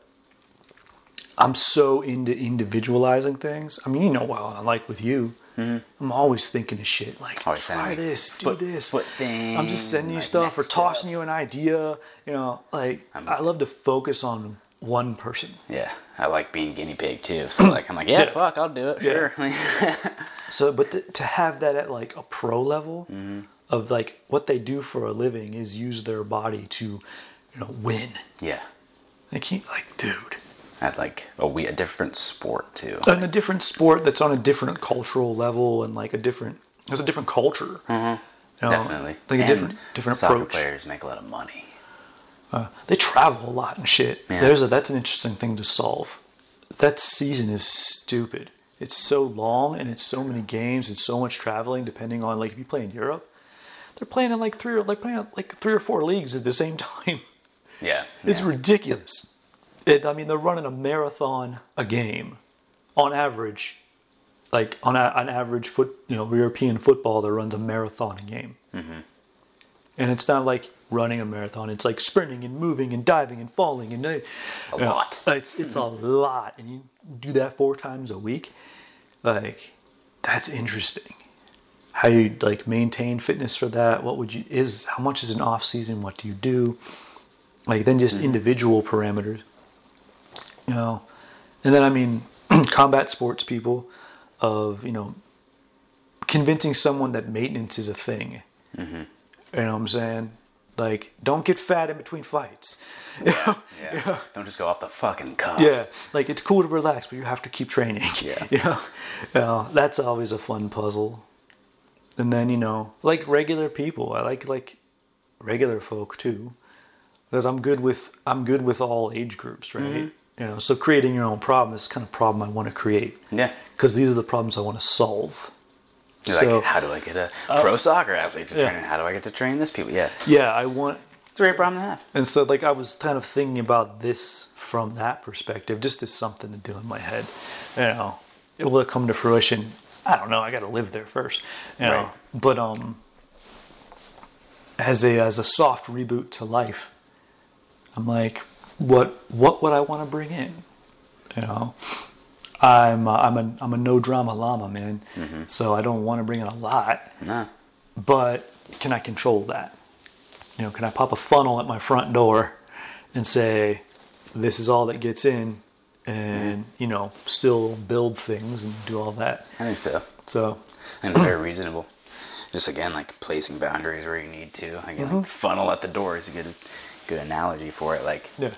Speaker 1: I'm so into individualizing things. I mean, you know, while I'm like with you, I'm always thinking of shit like
Speaker 2: Mm-hmm. Always sending
Speaker 1: try
Speaker 2: me
Speaker 1: this, do
Speaker 2: foot-
Speaker 1: this,
Speaker 2: foot
Speaker 1: I'm just sending you
Speaker 2: thing, like,
Speaker 1: stuff or
Speaker 2: next
Speaker 1: tossing you an idea. You know, like
Speaker 2: I'm-
Speaker 1: I love to focus on one person.
Speaker 2: Yeah, I like being guinea pig too. So like, I'm like, yeah,
Speaker 1: Yeah.
Speaker 2: fuck, I'll do it.
Speaker 1: Yeah.
Speaker 2: Sure.
Speaker 1: So, but to, to have that at like a pro level
Speaker 2: Mm-hmm.
Speaker 1: of like what they do for a living is use their body to, you know, win.
Speaker 2: yeah,
Speaker 1: They can't like, dude,
Speaker 2: I'd like a we a different sport too.
Speaker 1: in a different sport that's on a different cultural level and like a different, it's a different culture. Mm-hmm.
Speaker 2: Definitely.
Speaker 1: like a
Speaker 2: And
Speaker 1: different different
Speaker 2: soccer
Speaker 1: approach.
Speaker 2: players make a lot of money.
Speaker 1: They travel a lot and shit.
Speaker 2: Yeah.
Speaker 1: There's a that's an interesting thing to solve. That season is stupid. It's so long and it's so many games and so much traveling. Depending on like if you play in Europe, they're playing in like three or they're playing like three or four leagues at the same time.
Speaker 2: Yeah.
Speaker 1: It's
Speaker 2: yeah.
Speaker 1: ridiculous. It, I mean, they're running a marathon a game on average. Like on a, on average foot, you know, European football, that runs a marathon a game. And it's not like running a marathon. It's like sprinting and moving and diving and falling and a
Speaker 2: lot.
Speaker 1: It's it's a lot, and you do that four times a week. Like that's interesting. How you like maintain fitness for that? What would you is? How much is an off season? What do you do? Like then just individual parameters. You know, and then I mean combat sports people of you know convincing someone that maintenance is a thing You know what I'm saying? Like, don't get fat in between fights.
Speaker 2: Yeah. yeah. Don't just go off the fucking cuff.
Speaker 1: Yeah, like it's cool to relax, but you have to keep training.
Speaker 2: Yeah.
Speaker 1: you know, You know, that's always a fun puzzle. And then you know, like regular people, I like like regular folk too, because I'm good with I'm good with all age groups, right? You know, so creating your own problem this is the kind of problem I want to create.
Speaker 2: Yeah.
Speaker 1: because these are the problems I want to solve.
Speaker 2: You're
Speaker 1: so
Speaker 2: like, how do I get a pro soccer athlete to
Speaker 1: yeah.
Speaker 2: train? How do I get to train this people? Yeah.
Speaker 1: yeah, I want
Speaker 2: It's a great problem to have.
Speaker 1: And so, like, I was kind of thinking about this from that perspective, just as something to do in my head. You know, it will it come to fruition? I don't know. I got to live there first. You know,
Speaker 2: Right.
Speaker 1: but um, as a as a soft reboot to life, I'm like, what what would I want to bring in? You know, I'm a, I'm a I'm a no drama llama man, so I don't want to bring in a lot
Speaker 2: No.
Speaker 1: but can I control that? You know, can I pop a funnel at my front door and say, this is all that gets in, and, you know, still build things and do all that?
Speaker 2: I think so.
Speaker 1: So,
Speaker 2: And it's very reasonable. Just again, like placing boundaries where you need to. Again,
Speaker 1: Mm-hmm.
Speaker 2: like funnel at the door is a good, good analogy for it. Like
Speaker 1: yeah.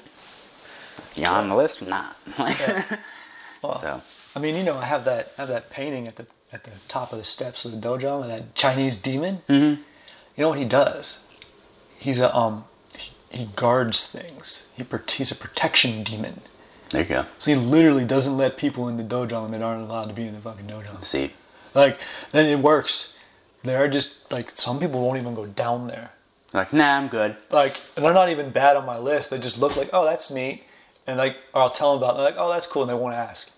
Speaker 2: you on the list, not. so
Speaker 1: I mean, you know, I have that I have that painting at the at the top of the steps of the dojo with that Chinese demon. Mm-hmm. You know what he does? He's a um he, he guards things. He pro- he's a protection demon.
Speaker 2: there you go.
Speaker 1: So he literally doesn't let people in the dojo that aren't allowed to be in the fucking dojo.
Speaker 2: See,
Speaker 1: Like, then it works. There are just like some people won't even go down there.
Speaker 2: like nah, I'm good.
Speaker 1: Like, and they're not even bad on my list. They just look like, oh, that's neat, and like, or I'll tell them about. It. They're like, oh, that's cool, and they won't ask.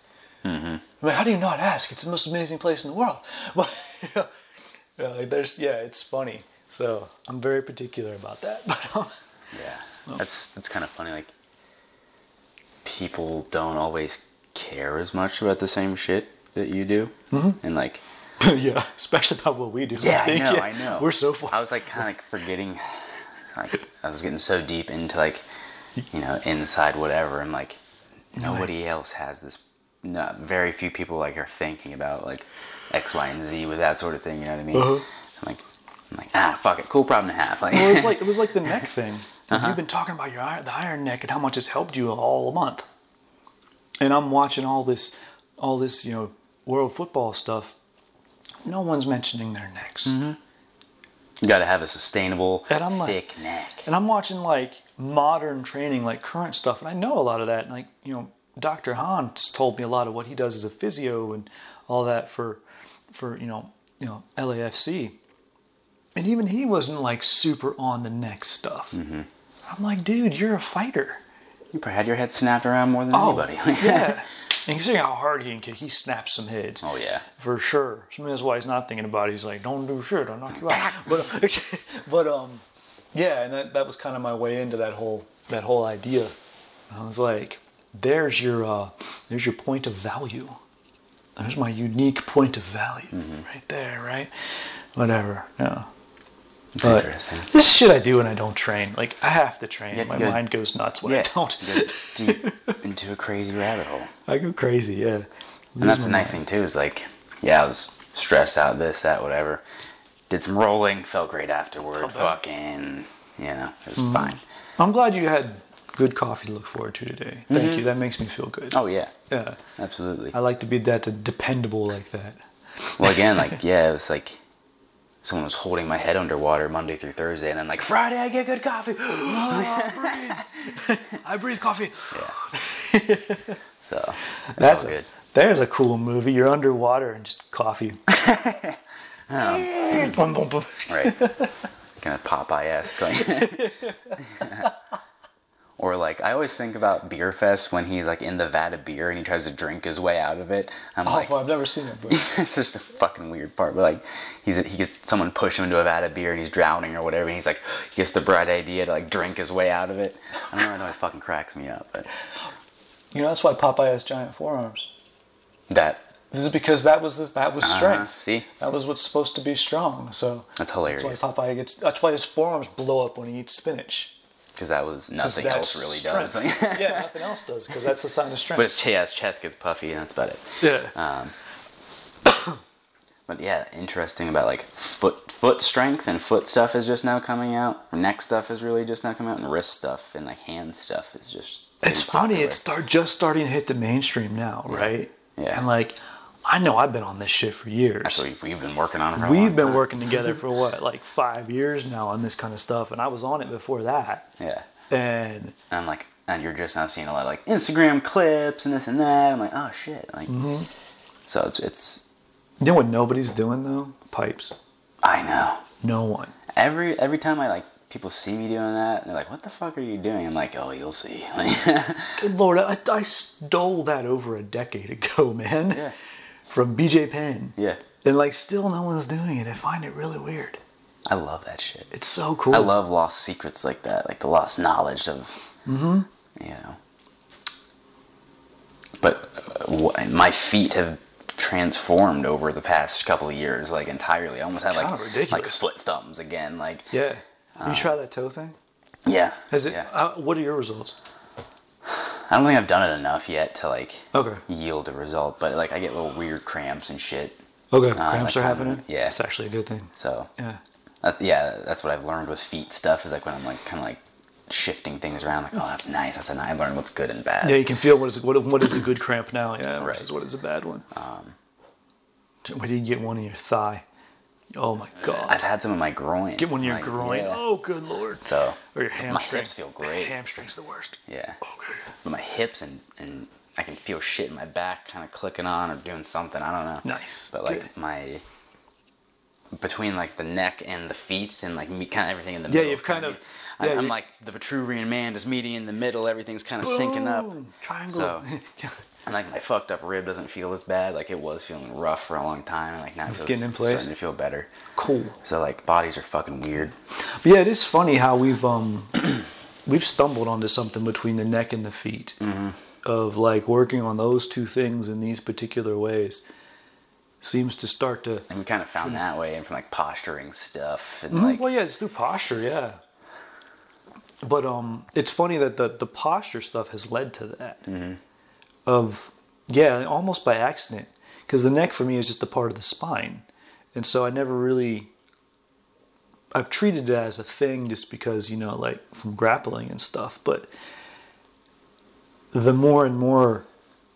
Speaker 1: Mm-hmm. I'm like, how do you not ask? It's the most amazing place in the world. But you know, like, there's yeah, it's funny. So I'm very particular about that. But um,
Speaker 2: Yeah, that's that's kind of funny. Like people don't always care as much about the same shit that you do, mm-hmm. and like
Speaker 1: yeah, especially about what we do.
Speaker 2: Yeah, I,
Speaker 1: think,
Speaker 2: know,
Speaker 1: yeah,
Speaker 2: I know.
Speaker 1: We're so far.
Speaker 2: I was like kind of like forgetting, like I was getting so deep into like, you know, inside whatever, and like nobody else has this. No, very few people like are thinking about like X, Y, and Z with that sort of thing. You know what I mean?
Speaker 1: Uh-huh.
Speaker 2: So I'm like, I'm like, ah, fuck it, cool problem to have. Like,
Speaker 1: Well, it was like it was like the neck thing. Like, You've been talking about your iron, the iron neck and how much it's helped you all month, and I'm watching all this, all this you know world football stuff. No one's mentioning their necks,
Speaker 2: you gotta have a sustainable,
Speaker 1: And I'm like-
Speaker 2: thick neck.
Speaker 1: and I'm watching like modern training, like current stuff, and I know a lot of that. And like you know, Dr. Hans told me a lot of what he does as a physio and all that for, for you know, you know LAFC, and even he wasn't like super on the neck stuff. I'm like, dude, you're a fighter.
Speaker 2: You probably had your head snapped around more than anybody.
Speaker 1: Oh, yeah. And considering how hard he can kick, he snaps some heads.
Speaker 2: oh yeah.
Speaker 1: For sure. So maybe that's why he's not thinking about it. He's like, don't do shit, I'll knock you
Speaker 2: Ah.
Speaker 1: out. But, but um, yeah, and that, that was kind of my way into that whole that whole idea. I was like, there's your uh, there's your point of value. There's my unique point of value
Speaker 2: Mm-hmm.
Speaker 1: right there, right? Whatever. Yeah.
Speaker 2: It's
Speaker 1: But-
Speaker 2: interesting.
Speaker 1: This shit I do when I don't train. Like I have to train.
Speaker 2: Yeah,
Speaker 1: my
Speaker 2: you gotta-
Speaker 1: mind goes nuts when
Speaker 2: Yeah.
Speaker 1: I don't.
Speaker 2: you go deep into a crazy rabbit hole.
Speaker 1: I go crazy. Yeah.
Speaker 2: And that's the nice thing too is like, yeah, I was stressed out, this, that, whatever. Did some rolling, felt great afterward. Fucking, you know, it was
Speaker 1: Mm-hmm.
Speaker 2: fine.
Speaker 1: I'm glad you had good coffee to look forward to today. Thank you. That makes me feel good.
Speaker 2: Oh yeah,
Speaker 1: Yeah.
Speaker 2: absolutely.
Speaker 1: I like to be that dependable like that.
Speaker 2: Well, again, like yeah, it was like someone was holding my head underwater Monday through Thursday, and then like Friday I get good coffee.
Speaker 1: I breathe coffee. Oh,
Speaker 2: so that's,
Speaker 1: That's
Speaker 2: all
Speaker 1: a,
Speaker 2: good.
Speaker 1: there's a cool movie. You're underwater and just coffee. Um, Bum, bum, bum.
Speaker 2: Right. kind of Popeye esque. Like. or like I always think about Beer Fest when he's like in the vat of beer and he tries to drink his way out of it. I'm
Speaker 1: Oh,
Speaker 2: like
Speaker 1: well, I've never seen it, but
Speaker 2: it's just a fucking weird part, but like he's he gets someone push him into a vat of beer and he's drowning or whatever and he's like he gets the bright idea to like drink his way out of it. I don't know, it always fucking cracks me up, but
Speaker 1: you know that's why Popeye has giant forearms.
Speaker 2: that uh-huh,
Speaker 1: This is because that was this, that was strength.
Speaker 2: see?
Speaker 1: that was what's supposed to be strong. So
Speaker 2: That's hilarious.
Speaker 1: That's why Popeye gets. That's why his forearms blow up when he eats spinach.
Speaker 2: because that was nothing
Speaker 1: That's
Speaker 2: else really
Speaker 1: strength.
Speaker 2: does.
Speaker 1: yeah, nothing else does because that's the sign of strength.
Speaker 2: but his chest, chest gets puffy and that's about it.
Speaker 1: yeah.
Speaker 2: Um, But yeah, interesting about like foot foot strength and foot stuff is just now coming out. Neck stuff is really just now coming out, and wrist stuff and like hand stuff is just.
Speaker 1: It's
Speaker 2: getting popular.
Speaker 1: funny. It's start just starting to hit the mainstream now, right?
Speaker 2: Yeah.
Speaker 1: And like, I know I've been on this shit for years.
Speaker 2: so we, we've been working on it. For a long
Speaker 1: We've been
Speaker 2: time.
Speaker 1: working together for what, like five years now on this kind of stuff, and I was on it before that.
Speaker 2: Yeah,
Speaker 1: And
Speaker 2: and I'm like, and you're just now seeing a lot of like Instagram clips and this and that. I'm like, oh shit, like.
Speaker 1: Mm-hmm.
Speaker 2: So it's it's
Speaker 1: you know what nobody's doing though? Pipes.
Speaker 2: I know
Speaker 1: No one.
Speaker 2: every every time I like people see me doing that, they're like, what the fuck are you doing? I'm like, oh, you'll see. Like,
Speaker 1: Good Lord, I, I stole that over a decade ago, man.
Speaker 2: Yeah.
Speaker 1: From BJ Penn.
Speaker 2: yeah,
Speaker 1: And like, still no one's doing it. I find it really weird.
Speaker 2: I love that shit.
Speaker 1: It's so cool.
Speaker 2: I love lost secrets like that, like the lost knowledge of,
Speaker 1: Mm-hmm.
Speaker 2: you know. But uh, wh- my feet have transformed over the past couple of years, like entirely. I almost had
Speaker 1: kinda
Speaker 2: like like
Speaker 1: ridiculous.
Speaker 2: split thumbs again, like
Speaker 1: Yeah. you try that toe thing?
Speaker 2: yeah.
Speaker 1: Has it?
Speaker 2: Uh, yeah.
Speaker 1: Uh, what are your results?
Speaker 2: I don't think I've done it enough yet to like
Speaker 1: Okay.
Speaker 2: yield a result, but like I get little weird cramps and shit.
Speaker 1: Okay.
Speaker 2: Uh,
Speaker 1: Cramps
Speaker 2: like,
Speaker 1: are
Speaker 2: um,
Speaker 1: happening.
Speaker 2: yeah.
Speaker 1: It's actually a good thing.
Speaker 2: So
Speaker 1: Yeah.
Speaker 2: That, yeah, that's what I've learned with feet stuff is like when I'm like kind of like shifting things around, like oh that's nice, that's a nice. I learned what's good and bad.
Speaker 1: Yeah, you can feel what is what, what is a good cramp now, yeah,
Speaker 2: Right.
Speaker 1: versus what is a bad one. Um, Where do you get one in your thigh? Oh my god!
Speaker 2: I've had some in my groin.
Speaker 1: get one in your
Speaker 2: like,
Speaker 1: groin.
Speaker 2: yeah.
Speaker 1: Oh good lord!
Speaker 2: So
Speaker 1: or your
Speaker 2: my
Speaker 1: hamstring.
Speaker 2: hips feel great.
Speaker 1: Hamstring's the worst.
Speaker 2: Yeah,
Speaker 1: Okay.
Speaker 2: but my hips and and I can feel shit in my back, kind of clicking on or doing something. I don't know.
Speaker 1: Nice.
Speaker 2: But like
Speaker 1: Good.
Speaker 2: my between like the neck and the feet and like me kind of everything in the
Speaker 1: Yeah,
Speaker 2: middle.
Speaker 1: you've
Speaker 2: is kinda
Speaker 1: kind of-
Speaker 2: me-
Speaker 1: yeah,
Speaker 2: I'm, I'm
Speaker 1: you-
Speaker 2: like the Vitruvian man, just meeting in the middle. Everything's kind of sinking up.
Speaker 1: Boom! Triangle.
Speaker 2: So- And like my fucked up rib doesn't feel as bad. Like it was feeling rough for a long time, and like now it's
Speaker 1: getting in place.
Speaker 2: starting to feel better.
Speaker 1: cool.
Speaker 2: So like bodies are fucking weird.
Speaker 1: But yeah, it is funny how we've um we've stumbled onto something between the neck and the feet of like working on those two things in these particular ways seems to start to
Speaker 2: And we kind of found that way, and from like posturing stuff and like
Speaker 1: well yeah it's through posture yeah but um it's funny that the the posture stuff has led to that of yeah almost by accident because the neck for me is just a part of the spine and so i never really i've treated it as a thing just because you know like from grappling and stuff but the more and more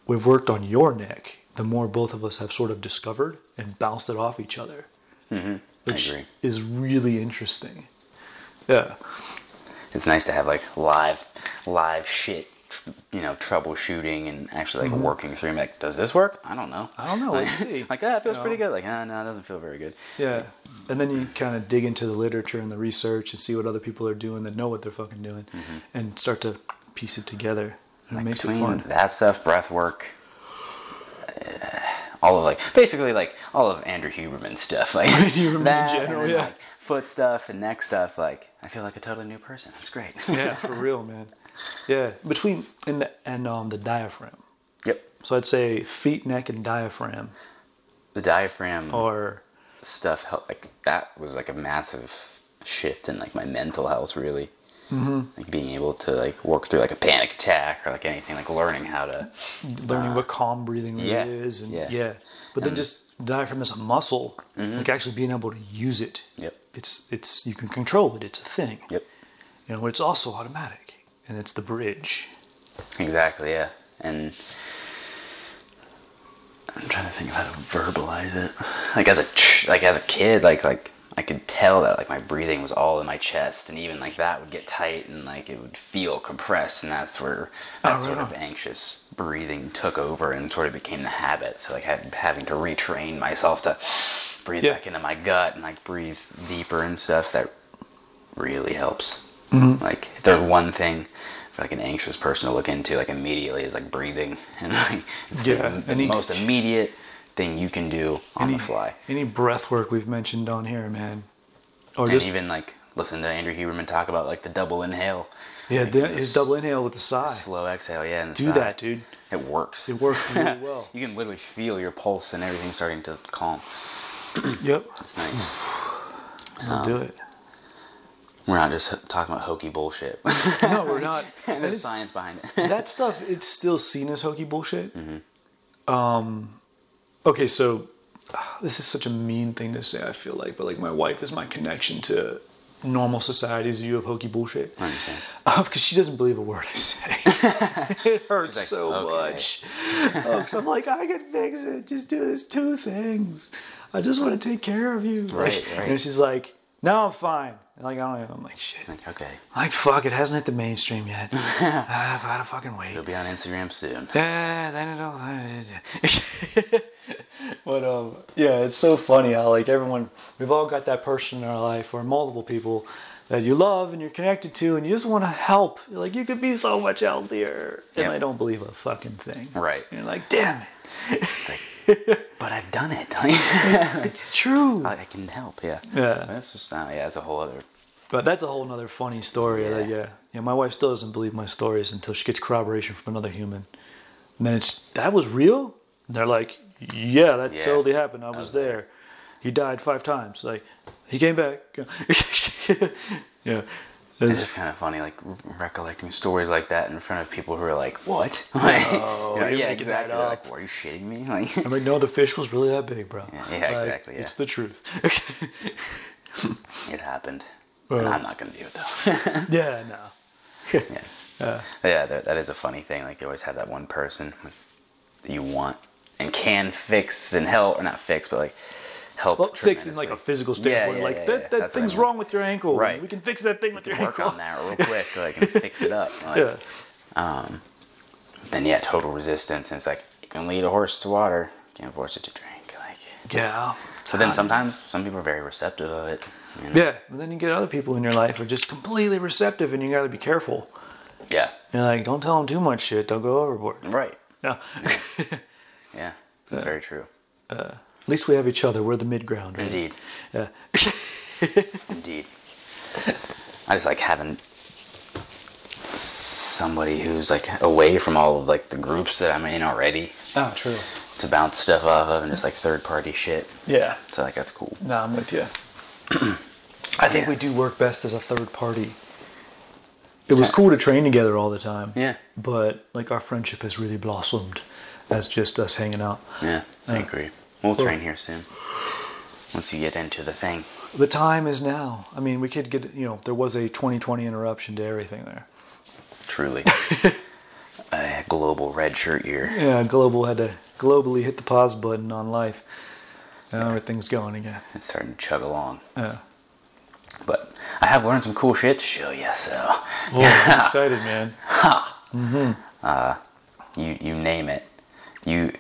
Speaker 1: we've worked on your neck the more both of us have sort of discovered and bounced it off each other which
Speaker 2: agree.
Speaker 1: is really interesting. Yeah.
Speaker 2: it's nice to have like live, live shit. tr- You know, troubleshooting and actually like working through. Like, does this work? I don't know.
Speaker 1: Mm-hmm. I don't know. Let's see.
Speaker 2: Like, ah, it feels
Speaker 1: No.
Speaker 2: pretty good. Like, ah, no, it doesn't feel very good.
Speaker 1: Yeah. And then you kind of dig into the literature and the research and see what other people are doing that know what they're fucking doing and start to piece it together. And it makes it
Speaker 2: between
Speaker 1: fun.
Speaker 2: that stuff, breath work, uh, all of like basically like all of Andrew Huberman stuff, like
Speaker 1: Huberman in
Speaker 2: that,
Speaker 1: general,
Speaker 2: and then,
Speaker 1: yeah.
Speaker 2: like, foot stuff and neck stuff. Like I feel like a totally new person. That's great.
Speaker 1: yeah, for real, man. Yeah. Between and the and um the diaphragm.
Speaker 2: yep.
Speaker 1: So I'd say feet, neck, and diaphragm
Speaker 2: The diaphragm
Speaker 1: are
Speaker 2: stuff helped. Like that was like a massive shift in like my mental health, really. Mm-hmm. Like being able to like work through like a panic attack or like anything, like learning how to.
Speaker 1: learning what calm breathing really
Speaker 2: yeah,
Speaker 1: is and
Speaker 2: yeah. Mm-hmm.
Speaker 1: yeah. But then just diaphragm is a muscle. Like actually being able to use it.
Speaker 2: Yep.
Speaker 1: It's it's you can control it. It's a thing.
Speaker 2: Yep.
Speaker 1: you know, it's also automatic and it's the bridge.
Speaker 2: Exactly, yeah. And I'm trying to think of how to verbalize it. Like as a ch- like as a kid, like like I could tell that like my breathing was all in my chest, and even like that would get tight, and like it would feel compressed, and that's where that
Speaker 1: Oh,
Speaker 2: sort
Speaker 1: right
Speaker 2: of
Speaker 1: on.
Speaker 2: anxious breathing took over and sort of became the habit. So like had, having to retrain myself to breathe
Speaker 1: Yeah.
Speaker 2: back into my gut and like breathe deeper and stuff that really helps.
Speaker 1: Mm-hmm.
Speaker 2: Like if there's one thing for like an anxious person to look into like immediately is like breathing and like it's
Speaker 1: Yeah,
Speaker 2: the, the
Speaker 1: any-
Speaker 2: most immediate thing you can do on the fly.
Speaker 1: Any breath work we've mentioned on here, man. Or
Speaker 2: And
Speaker 1: just
Speaker 2: even like listen to Andrew Huberman talk about like the double inhale,
Speaker 1: yeah, the,
Speaker 2: this-
Speaker 1: his double inhale with the sigh.
Speaker 2: slow exhale. Yeah, and
Speaker 1: Do
Speaker 2: sigh.
Speaker 1: that, dude.
Speaker 2: It works.
Speaker 1: It works really well.
Speaker 2: You can literally feel your pulse and everything starting to calm.
Speaker 1: Yep.
Speaker 2: It's nice.
Speaker 1: I'll do it.
Speaker 2: We're not just talking about hokey bullshit.
Speaker 1: No, we're not. And
Speaker 2: There's
Speaker 1: it's-
Speaker 2: science behind it.
Speaker 1: that
Speaker 2: Mm-hmm.
Speaker 1: stuff it's still seen as hokey bullshit. Um, okay, so ah, this is such a mean thing to say. I feel like, but like my wife is my connection to normal society's view of hokey bullshit.
Speaker 2: I understand.
Speaker 1: Because she doesn't believe a word I say. it hurts
Speaker 2: She's like,
Speaker 1: so
Speaker 2: "Okay."
Speaker 1: much. Oh, 'cause I'm like, I can fix it. Just do these two things. I just want to take care of you.
Speaker 2: Right,
Speaker 1: Like,
Speaker 2: right.
Speaker 1: And she's like, No, I'm fine. And like I don't. Even, I'm like, shit.
Speaker 2: Like, okay,
Speaker 1: Like fuck, it hasn't hit the mainstream yet. Ah, I've got to fucking wait. Ah,
Speaker 2: it'll be on Instagram soon.
Speaker 1: Yeah, then it'll. but um, yeah, it's so funny how like everyone, we've all got that person in our life or multiple people that you love and you're connected to, and you just want to help. You're like you could be so much healthier, and
Speaker 2: Yeah.
Speaker 1: I don't believe a fucking thing.
Speaker 2: Right.
Speaker 1: And you're like, damn it,
Speaker 2: But I've done it. I,
Speaker 1: it's true.
Speaker 2: I Oh, can help. Yeah.
Speaker 1: Yeah.
Speaker 2: That's just uh, yeah. That's a whole other.
Speaker 1: But that's a whole nother funny story. Yeah. Like, yeah, yeah. My wife still doesn't believe my stories until she gets corroboration from another human. And then it's that was real. And they're like, yeah, that
Speaker 2: Yeah.
Speaker 1: totally happened. I was there. He died five times. Like, he came back. yeah,
Speaker 2: It's
Speaker 1: It's-
Speaker 2: just kind of funny, like re- recollecting stories like that in front of people who are like, "What?" Like,
Speaker 1: No,
Speaker 2: you're like,
Speaker 1: Oh, you're
Speaker 2: yeah,
Speaker 1: making that
Speaker 2: exactly. They're Like,
Speaker 1: up.
Speaker 2: "Were you shitting me?" Like,
Speaker 1: I'm like, no, the fish was really that big, bro.
Speaker 2: Yeah, yeah,
Speaker 1: Like,
Speaker 2: exactly, yeah.
Speaker 1: It's the truth.
Speaker 2: it happened.
Speaker 1: Well-
Speaker 2: and I'm not gonna do it though.
Speaker 1: yeah, no.
Speaker 2: yeah. yeah, that, that is a funny thing. Like you always have that one person that you want and can fix and help, or not fix, but like help.
Speaker 1: Well, fixing like a
Speaker 2: tremendously.
Speaker 1: physical
Speaker 2: Yeah,
Speaker 1: standpoint,
Speaker 2: yeah,
Speaker 1: like
Speaker 2: yeah,
Speaker 1: that,
Speaker 2: yeah.
Speaker 1: that
Speaker 2: That's what I
Speaker 1: thing's
Speaker 2: mean.
Speaker 1: wrong with your ankle.
Speaker 2: Right.
Speaker 1: We can fix that thing with your
Speaker 2: work
Speaker 1: ankle.
Speaker 2: on that real quick, like and fix it up. Like,
Speaker 1: Yeah.
Speaker 2: Um, then yeah, total resistance. And it's like you can lead a horse to water, you can't force it to drink. Like,
Speaker 1: Yeah.
Speaker 2: but then sometimes some people are very receptive of it. You know?
Speaker 1: Yeah, but then you get other people in your life who are just completely receptive, and you gotta be careful.
Speaker 2: Yeah.
Speaker 1: You're like, don't tell them too much shit. They'll go overboard.
Speaker 2: Right.
Speaker 1: No, at
Speaker 2: Yeah. That's very true.
Speaker 1: least we have each other. We're the mid ground. Right?
Speaker 2: Indeed.
Speaker 1: Yeah.
Speaker 2: Indeed. I just like having somebody who's like away from all of like the groups that I'm in already
Speaker 1: Oh, true.
Speaker 2: to bounce stuff off of and just like third party shit.
Speaker 1: Yeah.
Speaker 2: So like that's cool.
Speaker 1: No, I'm with you. I think
Speaker 2: Yeah.
Speaker 1: we do work best as a third party. It was cool to train together all the time.
Speaker 2: Yeah.
Speaker 1: But like our friendship has really blossomed as just us hanging out.
Speaker 2: Yeah, I
Speaker 1: Yeah.
Speaker 2: agree. We'll
Speaker 1: Cool.
Speaker 2: train here soon. Once you get into the thing.
Speaker 1: The time is now. I mean, we could get you know there was a 2020 interruption to everything there.
Speaker 2: Truly. a global red shirt year.
Speaker 1: Yeah, global had to globally hit the pause button on life. Now everything's going again.
Speaker 2: It's starting to chug along.
Speaker 1: Yeah.
Speaker 2: But I have learned some cool shit to show you, so
Speaker 1: Oh, I'm excited, man.
Speaker 2: you you name it. You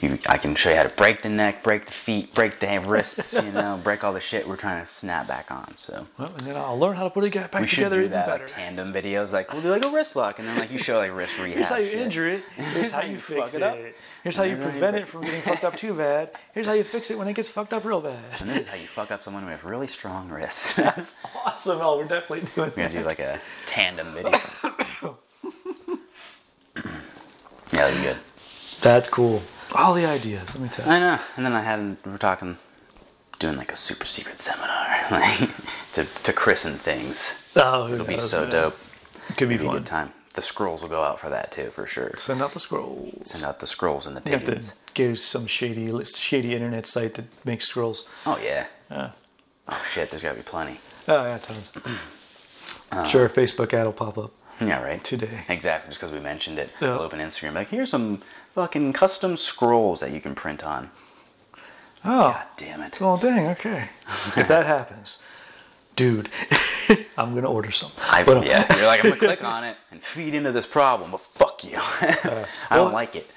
Speaker 2: you I can show you how to break the neck, break the feet, break the wrists, you know, break all the shit we're trying to snap back on. So
Speaker 1: Well, and then I'll learn how to put it back
Speaker 2: we should
Speaker 1: together
Speaker 2: do
Speaker 1: even
Speaker 2: that
Speaker 1: better.
Speaker 2: like tandem videos. Like we'll do like a wrist lock and then like you show like wrist rehab.
Speaker 1: Here's how you
Speaker 2: shit.
Speaker 1: injure it. Here's how you fix
Speaker 2: fuck
Speaker 1: it.
Speaker 2: it up.
Speaker 1: Here's how you
Speaker 2: Here's how you
Speaker 1: prevent
Speaker 2: fix
Speaker 1: it from getting fucked up too bad. Here's how you fix it when it gets fucked up real bad.
Speaker 2: And this is how you fuck up someone with really strong wrists. we're
Speaker 1: Awesome. Oh, we're definitely doing
Speaker 2: gonna
Speaker 1: that.
Speaker 2: do like a tandem video. yeah, that'd be good.
Speaker 1: That's cool. All the ideas, let me tell you.
Speaker 2: I know. And then I had we were talking, doing like a super secret seminar, like to to christen things.
Speaker 1: Oh, who
Speaker 2: It'll be
Speaker 1: knows,
Speaker 2: so
Speaker 1: man.
Speaker 2: dope.
Speaker 1: Could be
Speaker 2: It'll be
Speaker 1: fun.
Speaker 2: a good time. The scrolls will go out for that too, for sure.
Speaker 1: Send out the scrolls.
Speaker 2: Send out the scrolls and the
Speaker 1: You have to
Speaker 2: pigeons.
Speaker 1: go to some shady, shady internet site that makes scrolls.
Speaker 2: Oh yeah. oh shit, there's gotta be plenty.
Speaker 1: Oh yeah, tons. sure, Facebook ad will pop up.
Speaker 2: Yeah, right.
Speaker 1: Today.
Speaker 2: Exactly, just because we mentioned it.
Speaker 1: Yeah.
Speaker 2: I'll open Instagram. Like, here's some fucking custom scrolls that you can print on.
Speaker 1: Oh,
Speaker 2: God damn it.
Speaker 1: well, dang. Okay, if that happens, dude, I'm gonna order some.
Speaker 2: I,
Speaker 1: But, um,
Speaker 2: yeah, you're like, I'm gonna click on it and feed into this problem, but fuck you. I don't
Speaker 1: well-
Speaker 2: like it.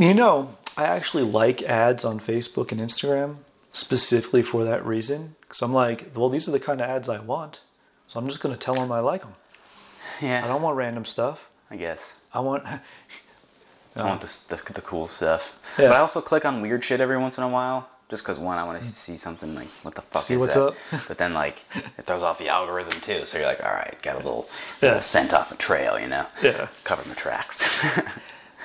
Speaker 1: You know, I actually like ads on Facebook and Instagram specifically for that reason. Because I'm like, well, these are the kind of ads I want, so I'm just gonna tell them I like them.
Speaker 2: Yeah.
Speaker 1: I don't want random stuff.
Speaker 2: I guess.
Speaker 1: I want.
Speaker 2: I want the, s- the, the cool stuff.
Speaker 1: Uh. Yeah. Mm.
Speaker 2: But I also click on weird shit every once in a while. Just because, one, I want to see something like, what the fuck
Speaker 1: See
Speaker 2: is
Speaker 1: what's
Speaker 2: that?
Speaker 1: up.
Speaker 2: But then, like, it throws off the algorithm, too. So you're like, all right, got a little,
Speaker 1: Yeah.
Speaker 2: little scent off a trail, you know?
Speaker 1: Yeah.
Speaker 2: Cover my tracks.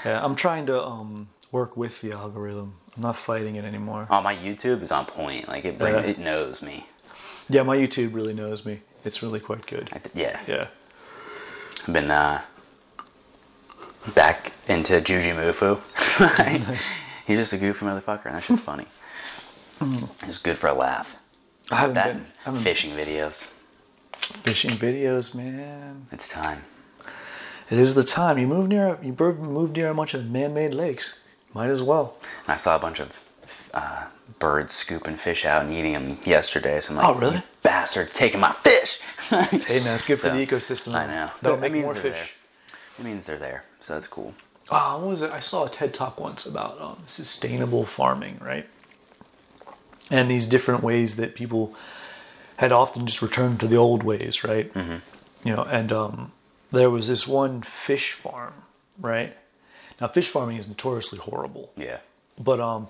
Speaker 1: Yeah, I'm trying to um, work with the algorithm. I'm not fighting it anymore.
Speaker 2: oh, my YouTube is on point. Like, it brings,
Speaker 1: Yeah.
Speaker 2: it knows me.
Speaker 1: Yeah, my YouTube really knows me. It's really quite good.
Speaker 2: I d- yeah.
Speaker 1: Yeah.
Speaker 2: I've been uh, back into Juji Mufu. He's just a goofy motherfucker, and that shit's funny. It's good for a laugh.
Speaker 1: I Mm. haven't
Speaker 2: That
Speaker 1: been. I haven't
Speaker 2: fishing videos.
Speaker 1: been fishing videos, man.
Speaker 2: It's time.
Speaker 1: It is the time. You move near. You bur- move near a bunch of man-made lakes. Might as well.
Speaker 2: And I saw a bunch of uh, birds scooping fish out and eating them yesterday. So I'm like,
Speaker 1: Oh, really?
Speaker 2: "You Bastard, taking my fish.
Speaker 1: Hey, man, it's good for
Speaker 2: So,
Speaker 1: the ecosystem.
Speaker 2: I know.
Speaker 1: That'll
Speaker 2: That
Speaker 1: make
Speaker 2: means
Speaker 1: more
Speaker 2: they're
Speaker 1: fish.
Speaker 2: There. It means they're there, so that's cool.
Speaker 1: Ah, what was it? I saw a TED talk once about um, sustainable farming, right? And these different ways that people had often just returned to the old ways, right? You know, and um, there was this one fish farm, right? Now, fish farming is notoriously horrible,
Speaker 2: Yeah.
Speaker 1: but um,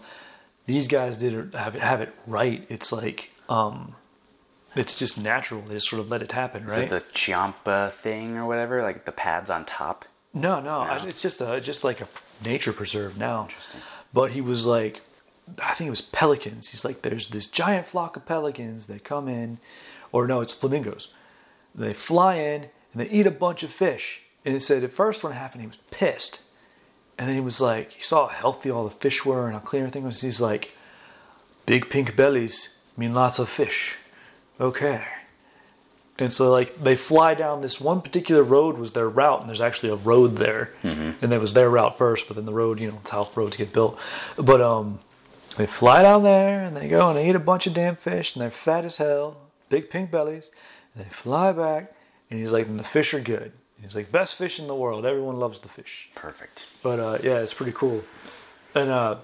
Speaker 1: these guys did it, have it, have it right. It's like um, it's just natural. They just sort of let it happen,
Speaker 2: Is
Speaker 1: right?
Speaker 2: it the Chiampa thing or whatever? Like the pads on top?
Speaker 1: No, no, I, it's just a just like a nature preserve now. But he was like, I think it was pelicans. He's like, there's this giant flock of pelicans that come in, or no, it's flamingos. They fly in and they eat a bunch of fish. And he said at first when it happened, he was pissed, and then he was like, he saw how healthy all the fish were and how clean everything was. He's like, big pink bellies mean lots of fish. Okay. And so, like, they fly down this one particular road was their route, and there's actually a road there, and that was their route first. But then the road, you know, it's how roads get built. But um, they fly down there, and they go and they eat a bunch of damn fish, and they're fat as hell, big pink bellies. And they fly back, and he's like, and the fish are good. He's like, best fish in the world. Everyone loves the fish.
Speaker 2: Perfect.
Speaker 1: But uh, yeah, it's pretty cool. And uh,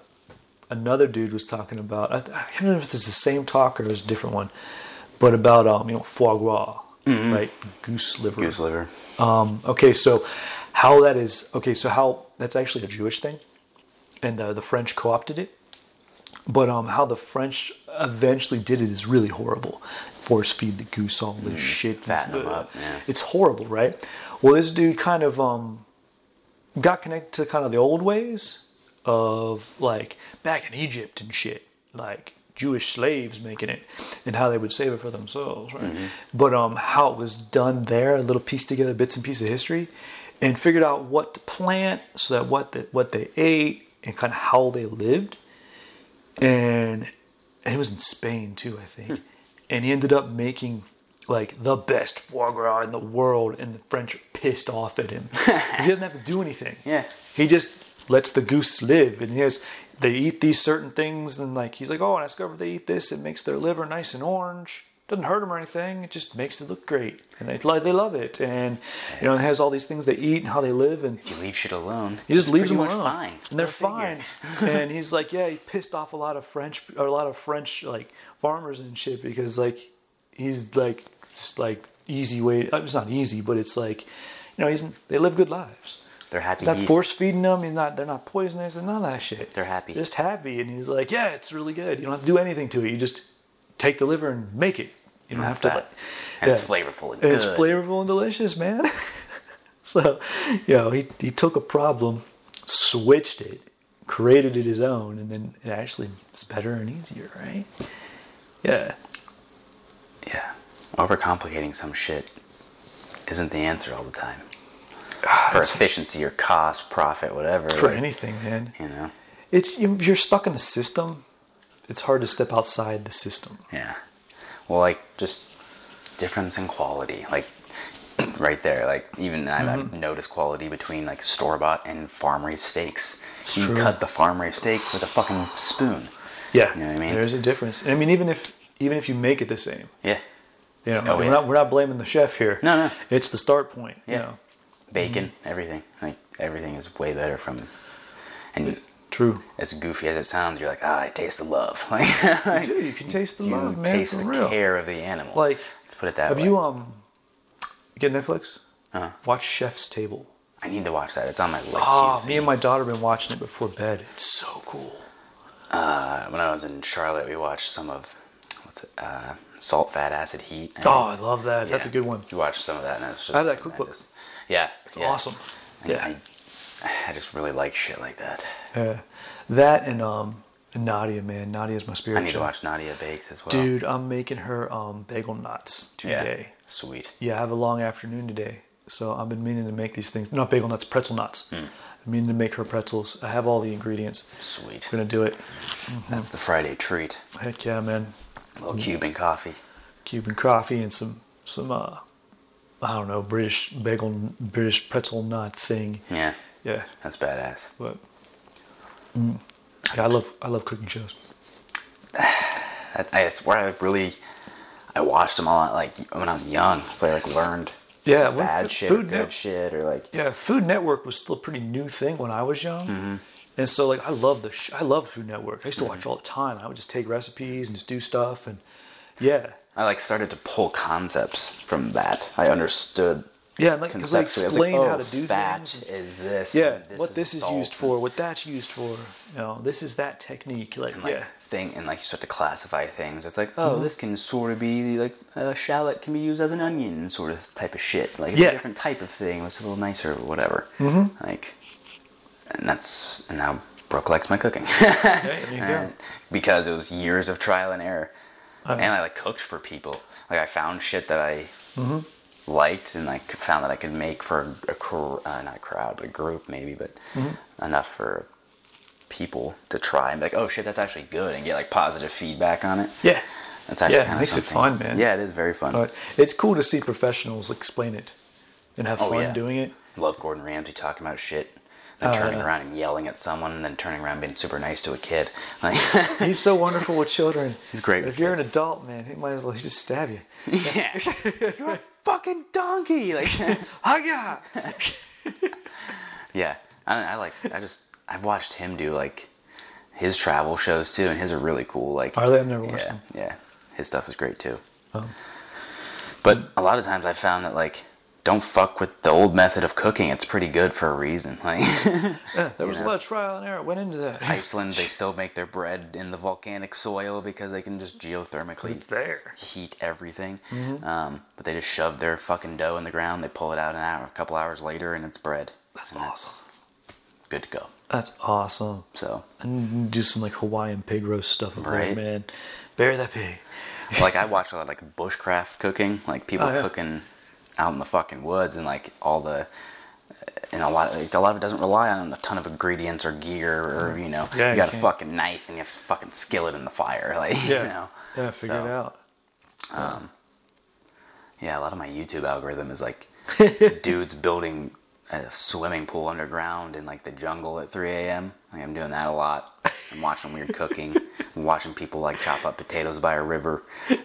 Speaker 1: another dude was talking about I, I can't remember if it's the same talk or it's a different one, but about um, you know foie gras, right? Goose liver.
Speaker 2: Mm-hmm. Goose liver.
Speaker 1: Um, okay, so how that is okay? So how that's actually a Jewish thing, and uh, the French co-opted it. But um, how the French eventually did it is really horrible. Force feed the goose all this shit.
Speaker 2: Mm, fatten
Speaker 1: It's-
Speaker 2: them up, yeah.
Speaker 1: It's horrible, right? Well, this dude kind of um, got connected to kind of the old ways of like back in Egypt and shit, like Jewish slaves making it and how they would save it for themselves, right? But um, how it was done there, a little piece together, bits and pieces of history, and figured out what to plant so that what the, what they ate and kind of how they lived, and, and it was in Spain too, I think, and he ended up making. Like the best foie gras in the world, and the French are pissed off at him 'Cause he doesn't have to do anything.
Speaker 2: Yeah.
Speaker 1: He just lets the goose live, and he has they eat these certain things, and like he's like, oh, and I discovered they eat this. It makes their liver nice and orange. Doesn't hurt them or anything. It just makes it look great, and they lo- they love it. And you know, it has all these things they eat and how they live, and
Speaker 2: You leave shit alone.
Speaker 1: he just leaves
Speaker 2: Pretty
Speaker 1: them
Speaker 2: much
Speaker 1: alone,
Speaker 2: Fine.
Speaker 1: and they're
Speaker 2: Go figure.
Speaker 1: fine. and he's like, yeah, he pissed off a lot of French or a lot of French like farmers and shit because like he's like just like easy way. uh, It's not easy, but it's like you know, he's they live good lives.
Speaker 2: They're happy.
Speaker 1: He's not
Speaker 2: geese.
Speaker 1: force feeding them. He's not. They're not poisonous and none of that shit.
Speaker 2: They're happy.
Speaker 1: They're just happy. And he's like, yeah, it's really good. You don't have to do anything to it. You just take the liver and make it. You don't have to.
Speaker 2: fat.
Speaker 1: Like,
Speaker 2: And it's
Speaker 1: yeah.
Speaker 2: flavorful and
Speaker 1: And it's
Speaker 2: good.
Speaker 1: flavorful and delicious, man. so, you know, he he took a problem, switched it, created it his own, and then it actually is better and easier, right? Yeah.
Speaker 2: Yeah. Overcomplicating some shit isn't the answer all the time. For efficiency or cost, profit, whatever.
Speaker 1: Ah, For
Speaker 2: like,
Speaker 1: anything, man.
Speaker 2: You know?
Speaker 1: It's you- you're stuck in a system. It's hard to step outside the system.
Speaker 2: Yeah. Well, like, just difference in quality. Like, right there. Like, even I've, I've
Speaker 1: Mm-hmm.
Speaker 2: noticed quality between, like, store bought and farm raised steaks. You
Speaker 1: True.
Speaker 2: cut the farm raised steak with a fucking spoon.
Speaker 1: Yeah,
Speaker 2: You know what I mean?
Speaker 1: There's a difference. I mean, even if even if you make it the same,
Speaker 2: Yeah.
Speaker 1: you know,
Speaker 2: Oh,
Speaker 1: we're
Speaker 2: yeah.
Speaker 1: not we're not blaming the chef here.
Speaker 2: No, no.
Speaker 1: it's the start point.
Speaker 2: Yeah.
Speaker 1: you know.
Speaker 2: Bacon,
Speaker 1: Mm-hmm.
Speaker 2: everything. Like, everything is way better from. And
Speaker 1: true.
Speaker 2: as goofy as it sounds, you're like, ah, I taste the love. Like,
Speaker 1: Dude, you can taste the
Speaker 2: you
Speaker 1: love, man,
Speaker 2: taste
Speaker 1: for
Speaker 2: the
Speaker 1: real.
Speaker 2: care of the animal.
Speaker 1: Like,
Speaker 2: let's put it that
Speaker 1: Have
Speaker 2: way.
Speaker 1: you um, you get Netflix?
Speaker 2: Uh-huh.
Speaker 1: Watch Chef's Table.
Speaker 2: I need to watch that. It's on my list.
Speaker 1: Ah, me and my daughter have been watching it before bed. It's so cool.
Speaker 2: Uh, when I was in Charlotte, we watched some of what's it? Uh, Salt, Fat, Acid, Heat. and-
Speaker 1: Oh, I love that. That's a
Speaker 2: yeah.
Speaker 1: good one.
Speaker 2: You watched some of that, and it's just
Speaker 1: I have that cookbook.
Speaker 2: tremendous. Yeah,
Speaker 1: It's
Speaker 2: yeah.
Speaker 1: awesome.
Speaker 2: And
Speaker 1: Yeah,
Speaker 2: I, I just really like shit like that.
Speaker 1: yeah. that and um, Nadia, man, Nadia's my
Speaker 2: I
Speaker 1: spirit.
Speaker 2: need to
Speaker 1: child.
Speaker 2: watch Nadia Bakes as well.
Speaker 1: Dude, I'm making her um bagel knots
Speaker 2: yeah,
Speaker 1: today.
Speaker 2: sweet.
Speaker 1: Yeah, I have a long afternoon today. So I've been meaning to make these things. Not bagel nuts, pretzel nuts.
Speaker 2: Hmm.
Speaker 1: I'm meaning to make her pretzels. I have all the ingredients.
Speaker 2: Sweet.
Speaker 1: I'm gonna do it.
Speaker 2: That's the Friday treat.
Speaker 1: Heck yeah, man!
Speaker 2: A
Speaker 1: Mm.
Speaker 2: little Cuban coffee.
Speaker 1: Cuban coffee and some some uh, I don't know British bagel, British pretzel nut thing.
Speaker 2: Yeah.
Speaker 1: Yeah,
Speaker 2: That's badass.
Speaker 1: but mm, yeah, I love I love cooking shows.
Speaker 2: I, I, it's where I really, I watched them all like when I was young. So I like learned
Speaker 1: Yeah, when
Speaker 2: bad
Speaker 1: Fo-
Speaker 2: shit, or
Speaker 1: Food
Speaker 2: good
Speaker 1: Net-
Speaker 2: shit, or like
Speaker 1: Yeah, Food Network was still a pretty new thing when I was young,
Speaker 2: Mm-hmm.
Speaker 1: and so like I love the sh- I love Food Network. I used to watch it all the time. I would just take recipes and just do stuff, and yeah,
Speaker 2: I like started to pull concepts from that. I understood.
Speaker 1: yeah, and like because they
Speaker 2: conceptually.
Speaker 1: explained
Speaker 2: I was like, oh,
Speaker 1: how to do
Speaker 2: fat
Speaker 1: things.
Speaker 2: is this?
Speaker 1: Yeah,
Speaker 2: and
Speaker 1: what this is
Speaker 2: salt,
Speaker 1: used for, what that's used for. You know, this is that technique. Like,
Speaker 2: and, like,
Speaker 1: yeah, Mm-hmm.
Speaker 2: Thing and like you start to classify things. It's like, oh, this can sort of be like a shallot can be used as an onion, sort of type of shit. Like it's
Speaker 1: Yeah.
Speaker 2: a different type of thing. It's a little nicer or whatever. Mm-hmm. Like, and that's and now Brooke likes my cooking.
Speaker 1: yeah, there you Uh-huh.
Speaker 2: and because it was years of trial and error and i like cooked for people like i found shit that i
Speaker 1: Mm-hmm.
Speaker 2: liked and like found that i could make for a cr- uh, not a crowd but a group maybe but
Speaker 1: Mm-hmm.
Speaker 2: enough for people to try and be like oh shit that's actually good and get like positive feedback on it
Speaker 1: Yeah,
Speaker 2: that's actually
Speaker 1: Yeah, it
Speaker 2: kind
Speaker 1: makes it fun, man.
Speaker 2: yeah it is very fun
Speaker 1: but it's cool to see professionals explain it and have
Speaker 2: Oh,
Speaker 1: fun
Speaker 2: yeah.
Speaker 1: doing it.
Speaker 2: love gordon ramsay talking about shit then turning
Speaker 1: Uh.
Speaker 2: around and yelling at someone and then turning around and being super nice to a kid like
Speaker 1: He's so wonderful with children.
Speaker 2: He's great
Speaker 1: But if
Speaker 2: with
Speaker 1: you're an adult, man, he might as well just stab you.
Speaker 2: yeah you're a fucking donkey like
Speaker 1: Oh yeah.
Speaker 2: Yeah, I, I like. I just I've watched him do like his travel shows too, and his are really cool. Like,
Speaker 1: Are they? I've never watched
Speaker 2: yeah,
Speaker 1: them.
Speaker 2: yeah, his stuff is great too.
Speaker 1: Oh.
Speaker 2: But a lot of times I found that like don't fuck with the old method of cooking. It's pretty good for a reason. Like
Speaker 1: Yeah, there was a
Speaker 2: know.
Speaker 1: lot of trial and error went into that.
Speaker 2: Iceland, they still make their bread in the volcanic soil because they can just geothermically
Speaker 1: It's there. Mm-hmm.
Speaker 2: heat everything. Um, but they just shove their fucking dough in the ground. They pull it out an hour, a couple hours later, and it's bread.
Speaker 1: That's
Speaker 2: And
Speaker 1: awesome.
Speaker 2: Good to go.
Speaker 1: That's awesome.
Speaker 2: So
Speaker 1: I need to do some like Hawaiian pig roast stuff up there,
Speaker 2: Right.
Speaker 1: man. Bury that pig.
Speaker 2: like I watch a lot of like bushcraft cooking, like people
Speaker 1: Oh, yeah.
Speaker 2: cooking out in the fucking woods, and like all the and a lot like, a lot of it doesn't rely on a ton of ingredients or gear or you know
Speaker 1: Yeah, you
Speaker 2: you got a
Speaker 1: can't-
Speaker 2: fucking knife and you have a fucking skillet in the fire, like
Speaker 1: Yeah.
Speaker 2: you know.
Speaker 1: Yeah, figure
Speaker 2: So,
Speaker 1: it out.
Speaker 2: Yeah, a lot of my YouTube algorithm is like dudes building a swimming pool underground in like the jungle at 3 a.m. Like, I'm doing that a lot. I'm watching weird cooking. I'm watching people like chop up potatoes by a river. you